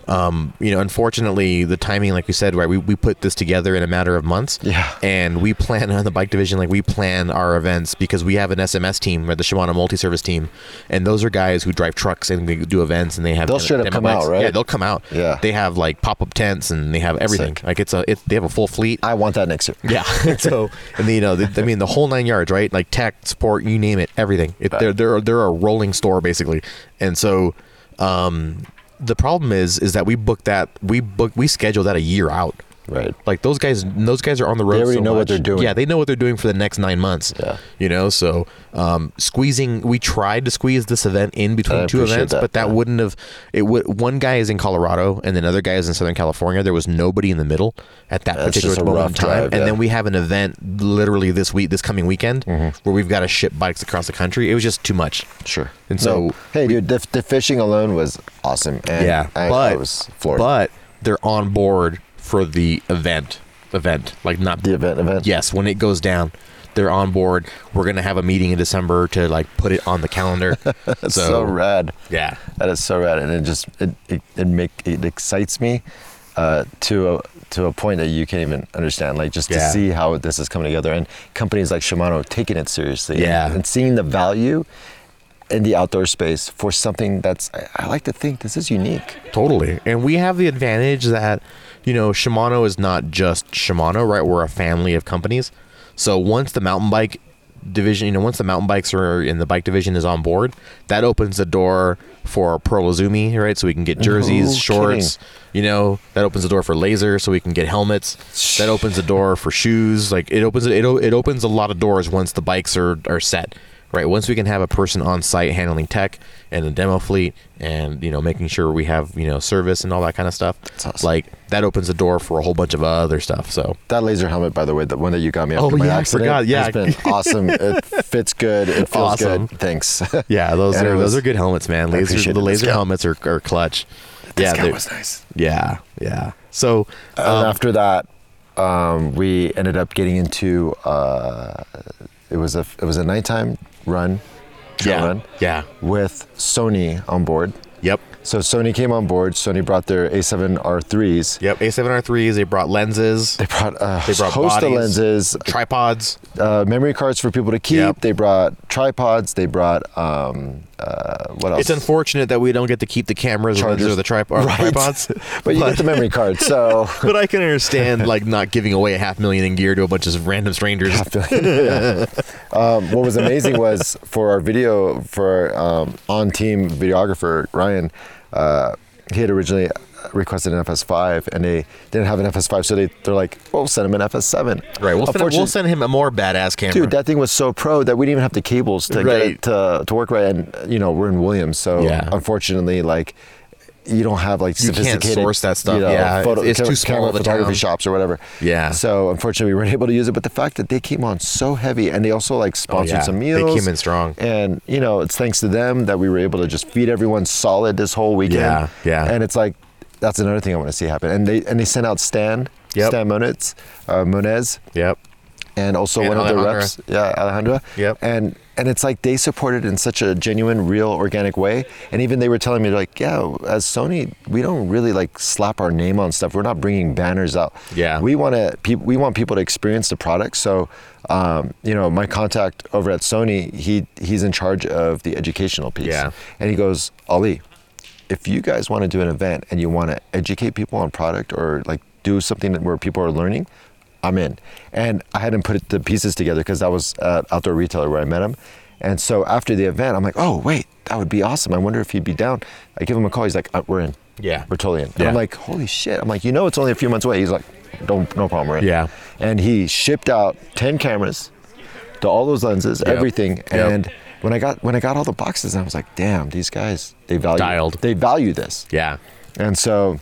Speaker 1: um, you know, unfortunately, the timing, like we said, right, we, we put this together in a matter of months.
Speaker 2: Yeah.
Speaker 1: And we plan on the bike division, like we plan our events because we have an SMS team, right, the Shimano multi service team. And those are guys who drive trucks and they do events and they have
Speaker 2: They'll
Speaker 1: dem-
Speaker 2: straight up
Speaker 1: demo
Speaker 2: come
Speaker 1: bikes.
Speaker 2: out, right?
Speaker 1: Yeah, they'll come out.
Speaker 2: Yeah.
Speaker 1: They have like pop up tents and they have everything.
Speaker 2: Sick.
Speaker 1: Like it's a, it, they have a full fleet.
Speaker 2: I want that next year.
Speaker 1: Yeah. so, and you know, the, I mean, the whole nine yards, right? Like tech, sport, you name it, everything. It, they're they're they're a rolling store basically, and so um, the problem is is that we booked that we book we scheduled that a year out.
Speaker 2: Right.
Speaker 1: Like those guys, those guys are on the road.
Speaker 2: already
Speaker 1: so
Speaker 2: know what
Speaker 1: much.
Speaker 2: they're doing.
Speaker 1: Yeah, they know what they're doing for the next nine months.
Speaker 2: Yeah.
Speaker 1: you know, so um, squeezing. We tried to squeeze this event in between
Speaker 2: I
Speaker 1: two
Speaker 2: appreciate
Speaker 1: events,
Speaker 2: that,
Speaker 1: but that
Speaker 2: yeah.
Speaker 1: wouldn't have. It would. One guy is in Colorado, and then other guy is in Southern California. There was nobody in the middle at that
Speaker 2: That's
Speaker 1: particular
Speaker 2: just a
Speaker 1: moment
Speaker 2: rough
Speaker 1: in time.
Speaker 2: drive,
Speaker 1: and
Speaker 2: yeah. Mm-hmm.
Speaker 1: then we have an event literally this week, this coming weekend, where we've got to ship bikes across the country. It was just too much.
Speaker 2: Sure.
Speaker 1: And so
Speaker 2: hey, dude, the, the fishing alone was awesome. And
Speaker 1: yeah,
Speaker 2: I,
Speaker 1: but
Speaker 2: I was floored.
Speaker 1: but they're on board for the event. Event like not
Speaker 2: the event, event.
Speaker 1: yes, when it goes down, they're on board. We're gonna have a meeting in December to like put it on the calendar.
Speaker 2: That's so, rad.
Speaker 1: yeah,
Speaker 2: That is so rad, and it just it it, it make it excites me uh, to a to a point that you can't even understand. Like just
Speaker 1: Yeah.
Speaker 2: to see how this is coming together, and companies like Shimano taking it seriously,
Speaker 1: Yeah.
Speaker 2: and, and seeing the value in the outdoor space for something that's I, I like to think this is unique.
Speaker 1: totally. And we have the advantage that you know Shimano is not just Shimano, right? We're a family of companies. So once the mountain bike division, you know, once the mountain bikes are in the bike division is on board, that opens the door for Pearl Izumi, right? So we can get jerseys,
Speaker 2: kidding.
Speaker 1: shorts. You know, that opens the door for laser, so we can get helmets. That opens the door for shoes. Like it opens it o- it opens a lot of doors once the bikes are are set. Right. Once we can have a person on site handling tech and a demo fleet and you know making sure we have you know service and all that kind of stuff.
Speaker 2: awesome.
Speaker 1: Like that opens the door for a whole bunch of other stuff. So
Speaker 2: That laser helmet, by the way, the one that you got me after
Speaker 1: Oh,
Speaker 2: my
Speaker 1: yeah, I
Speaker 2: accident,
Speaker 1: forgot. Yeah.
Speaker 2: has been awesome. It fits good. It feels
Speaker 1: Awesome.
Speaker 2: good. Thanks.
Speaker 1: yeah, those
Speaker 2: And it
Speaker 1: are
Speaker 2: was-
Speaker 1: those are good helmets, man. Laser
Speaker 2: appreciate
Speaker 1: the
Speaker 2: the
Speaker 1: laser
Speaker 2: discount.
Speaker 1: helmets are, are clutch.
Speaker 2: This
Speaker 1: Yeah,
Speaker 2: guy
Speaker 1: they-
Speaker 2: was nice.
Speaker 1: yeah, yeah. So
Speaker 2: and after that, um, we ended up getting into uh, it was a it was a nighttime run, trail
Speaker 1: yeah,
Speaker 2: run
Speaker 1: yeah,
Speaker 2: with Sony on board.
Speaker 1: yep.
Speaker 2: So Sony came on board. Sony brought their A7R3s.
Speaker 1: Yep, A7R3s. They brought lenses,
Speaker 2: They brought a
Speaker 1: They brought
Speaker 2: host of
Speaker 1: bodies.
Speaker 2: lenses,
Speaker 1: tripods.
Speaker 2: uh, memory cards for people to keep.
Speaker 1: Yep.
Speaker 2: They brought tripods. They brought um, uh, what else?
Speaker 1: It's unfortunate that we don't get to keep the cameras
Speaker 2: Chargers.
Speaker 1: lenses, or the tripod or the
Speaker 2: Right.
Speaker 1: tripods.
Speaker 2: but you get the memory card. So
Speaker 1: But I can understand like not giving away a half million in gear to a bunch of random strangers.
Speaker 2: um, what was amazing was for our video for um, on team videographer Ryan, uh, he had originally requested an FS5 and they didn't have an FS5, so they they're like, well, we'll send him an FS7.
Speaker 1: Right. We'll send, we'll
Speaker 2: Unfortunate-
Speaker 1: send him a more badass camera.
Speaker 2: Dude, that thing was so pro that we didn't even have the cables to get
Speaker 1: Right.
Speaker 2: it to, to work right. And you know, we're in Williams, so
Speaker 1: Yeah.
Speaker 2: unfortunately, like you don't have like
Speaker 1: You can't
Speaker 2: sophisticated
Speaker 1: source that stuff. Yeah, it's- it's too small
Speaker 2: camera
Speaker 1: of a
Speaker 2: photography
Speaker 1: town.
Speaker 2: shops or whatever.
Speaker 1: Yeah.
Speaker 2: So unfortunately, we weren't able to use it. But the fact that they came on so heavy, and they also like sponsored
Speaker 1: Oh, yeah.
Speaker 2: some
Speaker 1: They
Speaker 2: meals.
Speaker 1: came in strong.
Speaker 2: And you know, it's thanks to them that we were able to just feed everyone solid this whole weekend.
Speaker 1: Yeah, yeah.
Speaker 2: And it's like that's another thing I want to see happen. And they and they sent out Stan.
Speaker 1: Yep.
Speaker 2: Stan Monetz, uh, Monez,
Speaker 1: yep.
Speaker 2: and also
Speaker 1: And
Speaker 2: one of the
Speaker 1: Alejandra.
Speaker 2: reps, yeah, Alejandra.
Speaker 1: Yep.
Speaker 2: And and it's like they supported in such a genuine, real, organic way. And even they were telling me like, yeah, as Sony, we don't really like slap our name on stuff. We're not bringing banners out.
Speaker 1: Yeah.
Speaker 2: We want to. Pe- we want people to experience the product. So, um, you know, my contact over at Sony, he he's in charge of the educational piece.
Speaker 1: Yeah.
Speaker 2: And he goes, Ali, if you guys want to do an event and you want to educate people on product or like do something that- where people are learning, I'm in. And I hadn't put the pieces together because that was at outdoor retailer where I met him. And so after the event, I'm like, oh wait, that would be awesome. I wonder if he'd be down. I give him a call. He's like, uh, we're in.
Speaker 1: Yeah.
Speaker 2: we're totally in. And
Speaker 1: Yeah.
Speaker 2: I'm like, holy shit. I'm like, you know, it's only a few months away. He's like, don't, no problem. We're in.
Speaker 1: Yeah.
Speaker 2: And he shipped out ten cameras to all those lenses, everything. And when I got when I got all the boxes, I was like, damn, these guys they value
Speaker 1: Dialed.
Speaker 2: they value this.
Speaker 1: Yeah.
Speaker 2: And so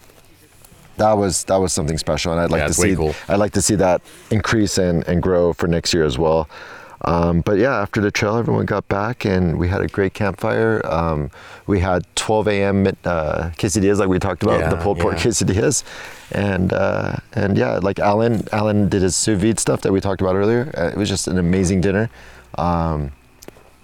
Speaker 2: that was that was something special, and I'd like
Speaker 1: Yeah,
Speaker 2: to
Speaker 1: it's way
Speaker 2: see
Speaker 1: cool.
Speaker 2: I'd like to see that increase and, and grow for next year as well. Um, but yeah, after the trail, everyone got back and we had a great campfire. Um, we had 12 a.m. mid- Uh, quesadillas, like we talked about
Speaker 1: Yeah,
Speaker 2: the pulled pork
Speaker 1: yeah.
Speaker 2: quesadillas, and uh, and yeah, like Alan Alan did his sous vide stuff that we talked about earlier. Uh, it was just an amazing dinner. Um,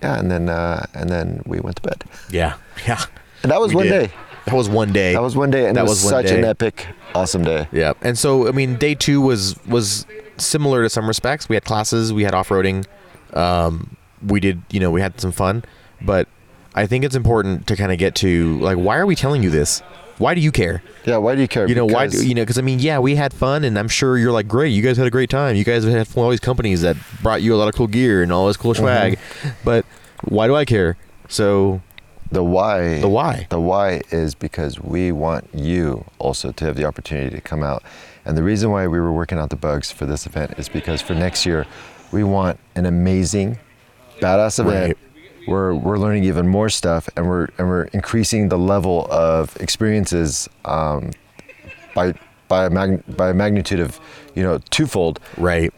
Speaker 2: yeah, and then uh, and then we went to bed.
Speaker 1: Yeah. Yeah.
Speaker 2: And that was
Speaker 1: We
Speaker 2: one
Speaker 1: did.
Speaker 2: day.
Speaker 1: That was one day.
Speaker 2: That was one day, and
Speaker 1: That
Speaker 2: it
Speaker 1: was
Speaker 2: was,
Speaker 1: one
Speaker 2: such
Speaker 1: day.
Speaker 2: an epic, awesome day.
Speaker 1: Yeah, and so I mean, day two was was similar to some respects. We had classes, we had off roading, um, we did you know we had some fun, but I think it's important to kind of get to like why are we telling you this? Why do you care?
Speaker 2: Yeah, why do you care?
Speaker 1: You know why? Do,
Speaker 2: Because
Speaker 1: you know because I mean yeah we had fun and I'm sure you're like great you guys had a great time you guys had all these companies that brought you a lot of cool gear and all this cool swag, but why do I care? So
Speaker 2: The why.
Speaker 1: The why.
Speaker 2: The why is because we want you also to have the opportunity to come out. And the reason why we were working out the bugs for this event is because for next year, we want an amazing, badass event.
Speaker 1: Right.
Speaker 2: We're, we're learning even more stuff and we're, and we're increasing the level of experiences um, by, by, a mag- by a magnitude of, you know, twofold
Speaker 1: Right.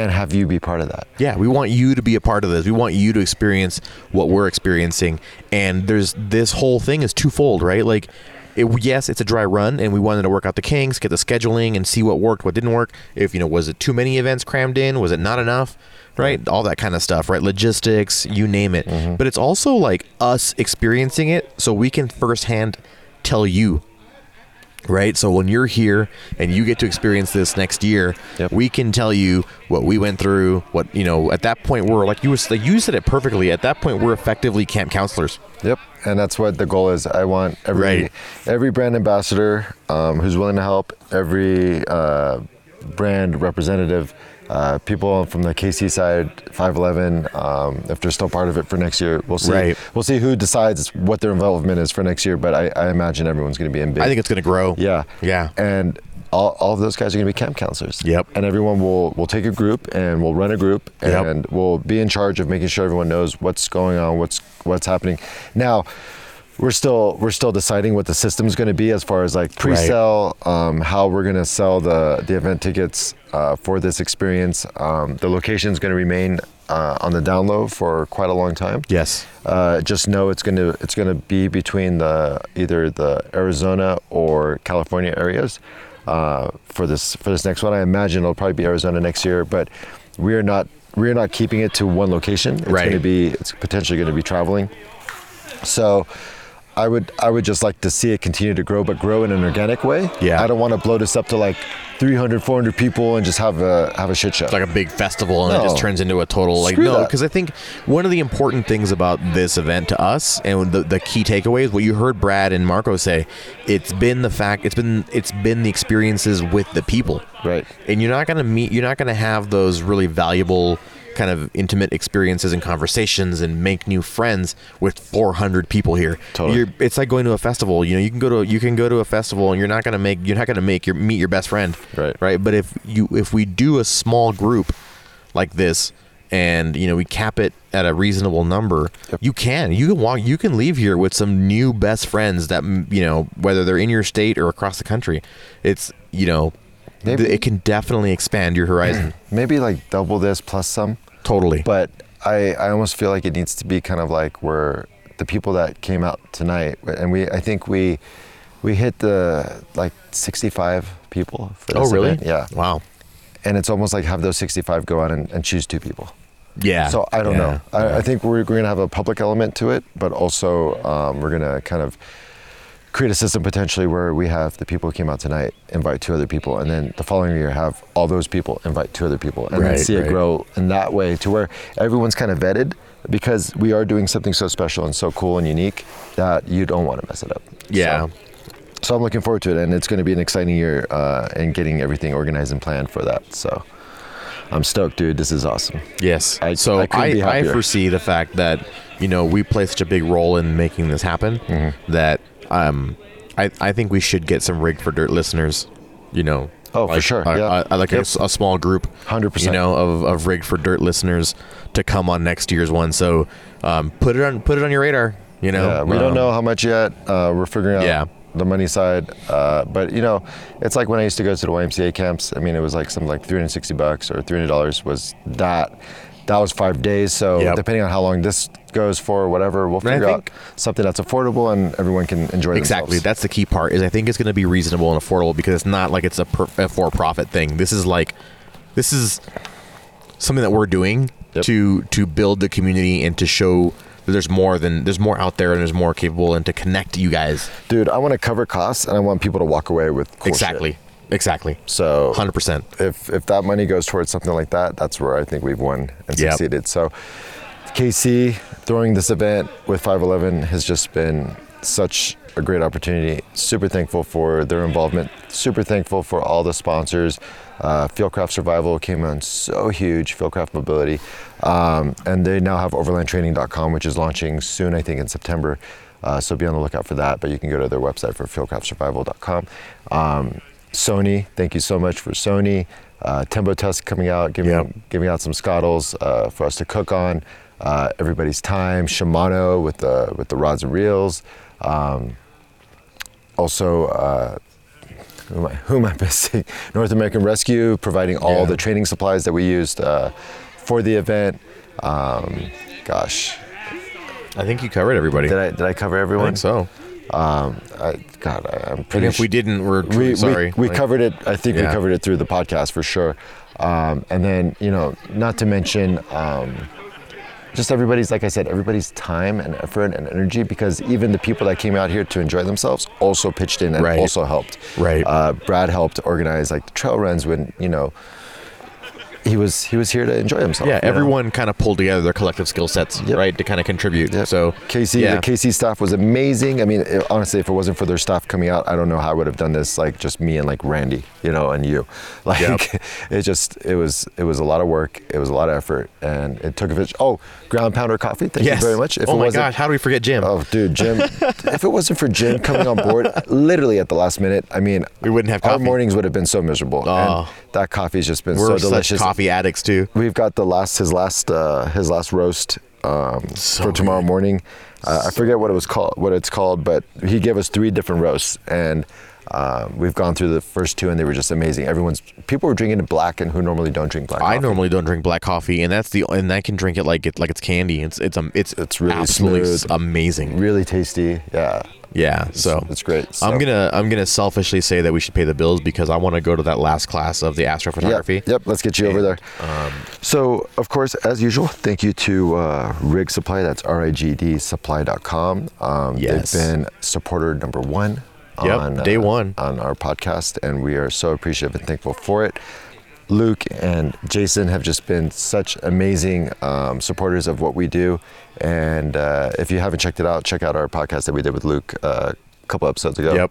Speaker 2: and have you be part of that.
Speaker 1: Yeah, we want you to be a part of this. We want you to experience what we're experiencing. And there's this whole thing is twofold, right? Like, it, yes, it's a dry run, and we wanted to work out the kinks, get the scheduling, and see what worked, what didn't work. If you know, was it too many events crammed in? Was it not enough? Right, all that kind of stuff. Right, logistics, you name it. But it's also like us experiencing it, so we can firsthand tell you right? So when you're here and you get to experience this next year,
Speaker 2: Yep.
Speaker 1: we can tell you what we went through. What you know, at that point, we're like you was like you said it perfectly. At that point, we're effectively camp counselors.
Speaker 2: Yep, and that's what the goal is. I want every
Speaker 1: Right.
Speaker 2: every brand ambassador um, who's willing to help, every uh, brand representative, uh, people from the KC side, Five Eleven. Um, if they're still part of it for next year, we'll see.
Speaker 1: Right.
Speaker 2: We'll see who decides what their involvement is for next year. But I, I imagine everyone's going to be in big.
Speaker 1: I think it's gonna grow.
Speaker 2: Yeah.
Speaker 1: yeah,
Speaker 2: And all, all of those guys are going to be camp counselors.
Speaker 1: Yep.
Speaker 2: And everyone will will take a group and we'll run a group
Speaker 1: Yep.
Speaker 2: and we'll be in charge of making sure everyone knows what's going on, what's what's happening. Now, we're still we're still deciding what the system's going to be as far as like pre-sell, um, how we're going to sell the the event tickets uh, for this experience. Um, the location's going to remain uh, on the down low for quite a long time.
Speaker 1: yes,
Speaker 2: Uh, just know it's gonna it's gonna be between the either the Arizona or California areas uh, for this for this next one. I imagine it'll probably be Arizona next year, but we are not we are not keeping it to one location. It's
Speaker 1: Right.
Speaker 2: gonna be it's potentially gonna be traveling. So. I would I would just like to see it continue to grow, but grow in an organic way.
Speaker 1: Yeah.
Speaker 2: I don't want to blow this up to like 300, 400 people and just have a have a shit show.
Speaker 1: it's like a big festival, and it just
Speaker 2: No.
Speaker 1: turns into a total like
Speaker 2: Screw
Speaker 1: no.
Speaker 2: that.
Speaker 1: Because I think one of the important things about this event to us, and the, the key takeaways, what you heard Brad and Marco say, it's been the fact, it's been it's been the experiences with the people,
Speaker 2: right.
Speaker 1: and you're not going to meet you're not going to have those really valuable kind of intimate experiences and conversations and make new friends with 400 people here
Speaker 2: Totally.
Speaker 1: you're, it's like going to a festival you know you can go to you can go to a festival and you're not going to make you're not going to make your meet your best friend
Speaker 2: Right.
Speaker 1: right but if you if we do a small group like this and you know we cap it at a reasonable number you can you can walk you can leave here with some new best friends that mm, you know whether they're in your state or across the country it's you know
Speaker 2: Maybe-
Speaker 1: th- it can definitely expand your horizon
Speaker 2: Maybe like double this plus some.
Speaker 1: totally
Speaker 2: But I, I almost feel like it needs to be kind of like where the people that came out tonight, and we I think we we hit the like 65 people. For
Speaker 1: oh
Speaker 2: this
Speaker 1: really
Speaker 2: event. Yeah.
Speaker 1: wow
Speaker 2: And it's almost like have those 65 go out and, and choose two people.
Speaker 1: yeah
Speaker 2: So I don't
Speaker 1: Yeah.
Speaker 2: know. I, I think we're, we're going to have a public element to it, but also um, we're going to kind of create a system potentially where we have the people who came out tonight invite two other people, and then the following year have all those people invite two other people, and
Speaker 1: Right,
Speaker 2: then see
Speaker 1: right.
Speaker 2: it grow in that way to where everyone's kind of vetted because we are doing something so special and so cool and unique that you don't want to mess it up.
Speaker 1: yeah
Speaker 2: So, so I'm looking forward to it, and it's going to be an exciting year uh, in getting everything organized and planned for that. So I'm stoked, dude. This is awesome.
Speaker 1: Yes.
Speaker 2: I-
Speaker 1: so
Speaker 2: I couldn't
Speaker 1: I,
Speaker 2: be
Speaker 1: I,
Speaker 2: happier.
Speaker 1: foresee the fact that you know we play such a big role in making this happen
Speaker 2: Mm-hmm.
Speaker 1: that um, I I think we should get some rig for dirt listeners. You know.
Speaker 2: Oh, for
Speaker 1: like
Speaker 2: sure,
Speaker 1: a-
Speaker 2: yeah.
Speaker 1: a- like a
Speaker 2: Yep.
Speaker 1: s- a, small group.
Speaker 2: 100%.
Speaker 1: You know of of rig for dirt listeners to come on next year's one. So um, put it on put it on your radar. You know.
Speaker 2: Yeah, we
Speaker 1: Um,
Speaker 2: don't know how much yet. Uh, we're figuring out
Speaker 1: Yeah.
Speaker 2: the money side. Uh, but you know, it's like when I used to go to the YMCA camps. I mean, it was like something like 360 bucks or 300 dollars was that. That was five days. So
Speaker 1: Yep.
Speaker 2: depending on how long this goes for, or whatever, we'll
Speaker 1: I
Speaker 2: figure out
Speaker 1: think-
Speaker 2: something that's affordable and everyone can enjoy
Speaker 1: Exactly.
Speaker 2: themselves.
Speaker 1: That's the key part. Is I think it's going to be reasonable and affordable because it's not like it's a, per, a for-profit thing. This is like, this is something that we're doing
Speaker 2: Yep.
Speaker 1: to to build the community and to show that there's more than there's more out there and there's more capable and to connect you guys.
Speaker 2: Dude, I want to cover costs and I want people to walk away with cool shit.
Speaker 1: exactly. Exactly.
Speaker 2: So
Speaker 1: Hundred percent.
Speaker 2: if if that money goes towards something like that, that's where I think we've won and
Speaker 1: Yep.
Speaker 2: succeeded. So, KC throwing this event with 511 has just been such a great opportunity. Super thankful for their involvement. Super thankful for all the sponsors. Uh, Fieldcraft Survival came on so huge. Fieldcraft Mobility, um, and they now have OverlandTraining.com, which is launching soon. I think in September. Uh, so be on the lookout for that. But you can go to their website for fieldcraftsurvival.com. Um, Sony, thank you so much for Sony. Uh, Tembo Tusk coming out, giving,
Speaker 1: Yep.
Speaker 2: giving out some scottles uh, for us to cook on. Uh, everybody's time. Shimano with the with the rods and reels. Um, also, uh, who, am I, who am I missing? North American Rescue providing all
Speaker 1: Yeah.
Speaker 2: the training supplies that we used uh, for the event. Um, gosh,
Speaker 1: I think you covered everybody.
Speaker 2: did I did I cover
Speaker 1: I
Speaker 2: everyone?
Speaker 1: think so.
Speaker 2: Um, I, God, I, I'm
Speaker 1: And
Speaker 2: pretty.
Speaker 1: if we
Speaker 2: sh-
Speaker 1: didn't, we're
Speaker 2: we,
Speaker 1: truly
Speaker 2: we-
Speaker 1: sorry.
Speaker 2: We,
Speaker 1: Like,
Speaker 2: covered it. I think
Speaker 1: Yeah.
Speaker 2: we covered it through the podcast for sure. Um, and then you know, not to mention. Um, just everybody's like i said everybody's time and effort and energy because even the people that came out here to enjoy themselves also pitched in and
Speaker 1: Right.
Speaker 2: also helped
Speaker 1: Right.
Speaker 2: uh, brad helped organize like the trail runs when you know he was he was here to enjoy himself
Speaker 1: yeah,
Speaker 2: you know?
Speaker 1: everyone kind of pulled together their collective skill sets,
Speaker 2: Yep.
Speaker 1: right, to kind of contribute.
Speaker 2: Yep.
Speaker 1: So
Speaker 2: KC,
Speaker 1: yeah.
Speaker 2: the KC staff was amazing. I mean, it- honestly, if it wasn't for their staff coming out, I don't know how I would have done this. Like just me and like Randy, you know, and you. Like
Speaker 1: Yep.
Speaker 2: it just it was it was a lot of work. It was a lot of effort, and it took a fish. Oh, ground pounder coffee. Thank
Speaker 1: yes.
Speaker 2: you very much.
Speaker 1: oh
Speaker 2: it
Speaker 1: my gosh, how do we forget Jim?
Speaker 2: Oh, dude, Jim! if it wasn't for Jim coming on board, literally at the last minute, I mean,
Speaker 1: We wouldn't have
Speaker 2: our
Speaker 1: coffee.
Speaker 2: mornings would have been so miserable.
Speaker 1: Oh.
Speaker 2: And that coffee's just been
Speaker 1: we're
Speaker 2: so
Speaker 1: such
Speaker 2: delicious.
Speaker 1: coffee addicts too.
Speaker 2: We've got the last his last uh, his last roast um,
Speaker 1: So
Speaker 2: for tomorrow
Speaker 1: good.
Speaker 2: morning. Uh, I forget what it was called, what it's called, but he gave us three different roasts, and um, we've gone through the first two, and they were just amazing. Everyone's people were drinking it black, and who normally don't drink black.
Speaker 1: I
Speaker 2: coffee.
Speaker 1: normally don't drink black coffee, and that's the and I can drink it like it like it's candy. It's it's um it's
Speaker 2: It's really
Speaker 1: absolutely
Speaker 2: smooth.
Speaker 1: s- amazing.
Speaker 2: really tasty. Yeah,
Speaker 1: Yeah,
Speaker 2: It's-
Speaker 1: so
Speaker 2: it's great. So-
Speaker 1: I'm gonna I'm gonna selfishly say that we should pay the bills because I want to go to that last class of the astrophotography.
Speaker 2: Yep, yep, let's get you over there.
Speaker 1: um,
Speaker 2: so, of course, as usual, thank you to uh, Rig Supply. That's R I G D supply.com. Um,
Speaker 1: Yes.
Speaker 2: They've been supporter number one
Speaker 1: Yep, day one.
Speaker 2: on our podcast, and we are so appreciative and thankful for it. Luke and Jason have just been such amazing um, supporters of what we do. And uh, if you haven't checked it out, check out our podcast that we did with Luke uh, a couple episodes ago
Speaker 1: Yep.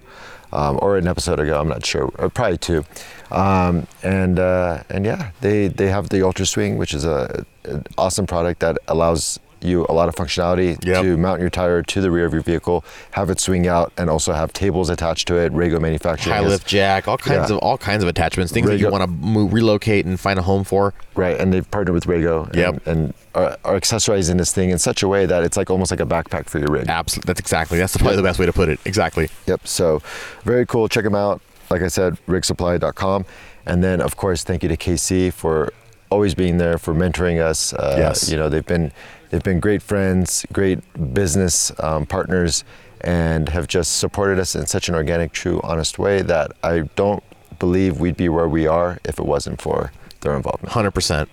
Speaker 2: um, or an episode ago. I'm not sure. Uh, probably two. Um, and uh, and yeah, they they have the Ultra Swing, which is a an awesome product that allows you a lot of functionality
Speaker 1: Yep.
Speaker 2: to mount your tire to the rear of your vehicle, have it swing out, and also have tables attached to it. Rego Manufacturing.
Speaker 1: High
Speaker 2: is-
Speaker 1: lift jack, all kinds
Speaker 2: Yeah.
Speaker 1: of all kinds of attachments, things that
Speaker 2: Right,
Speaker 1: you
Speaker 2: yep.
Speaker 1: want to move, relocate and find a home for.
Speaker 2: Right, and they've partnered with Rego and,
Speaker 1: Yep.
Speaker 2: and are, are accessorizing this thing in such a way that it's like almost like a backpack for your rig.
Speaker 1: Absolutely, that's exactly that's probably the best way to put it. Exactly.
Speaker 2: Yep. So very cool. Check them out. Like I said, rigsupply.com. And then, of course, thank you to KC for always being there for mentoring us. Uh,
Speaker 1: Yes.
Speaker 2: You know, they've been they've been great friends, great business um, partners, and have just supported us in such an organic, true, honest way that I don't believe we'd be where we are if it wasn't for their involvement.
Speaker 1: Hundred percent.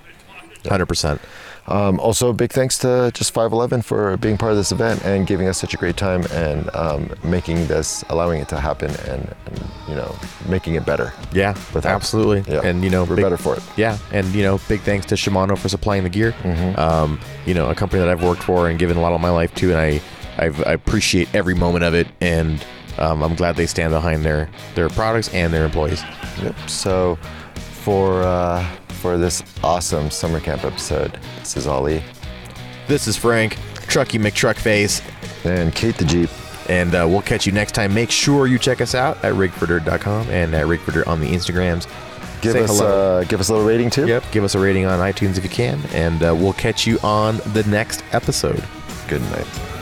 Speaker 1: Hundred percent.
Speaker 2: Um, also, big thanks to just 511 for being part of this event and giving us such a great time and um, making this, allowing it to happen, and, and you know, making it better.
Speaker 1: Yeah,
Speaker 2: With help.
Speaker 1: absolutely.
Speaker 2: Yeah.
Speaker 1: And you know,
Speaker 2: We're better for it.
Speaker 1: Yeah, and you know, big thanks to Shimano for supplying the gear.
Speaker 2: Uh,
Speaker 1: Um, you know, a company that I've worked for and given a lot of my life to, and I, I've, I appreciate every moment of it, and um, I'm glad they stand behind their their products and their employees.
Speaker 2: Yep. So, for uh, for this awesome summer camp episode, this is Ali
Speaker 1: This is Frank Trucky McTruckface,
Speaker 2: and Kate the Jeep.
Speaker 1: and uh, we'll catch you next time. Make sure you check us out at rigfordirt.com and at rigfordirt on the Instagrams.
Speaker 2: Give
Speaker 1: Say
Speaker 2: us
Speaker 1: hello.
Speaker 2: uh, give us a little rating too.
Speaker 1: Yep, give us a rating on iTunes if you can, and uh, we'll catch you on the next episode.
Speaker 2: Good night.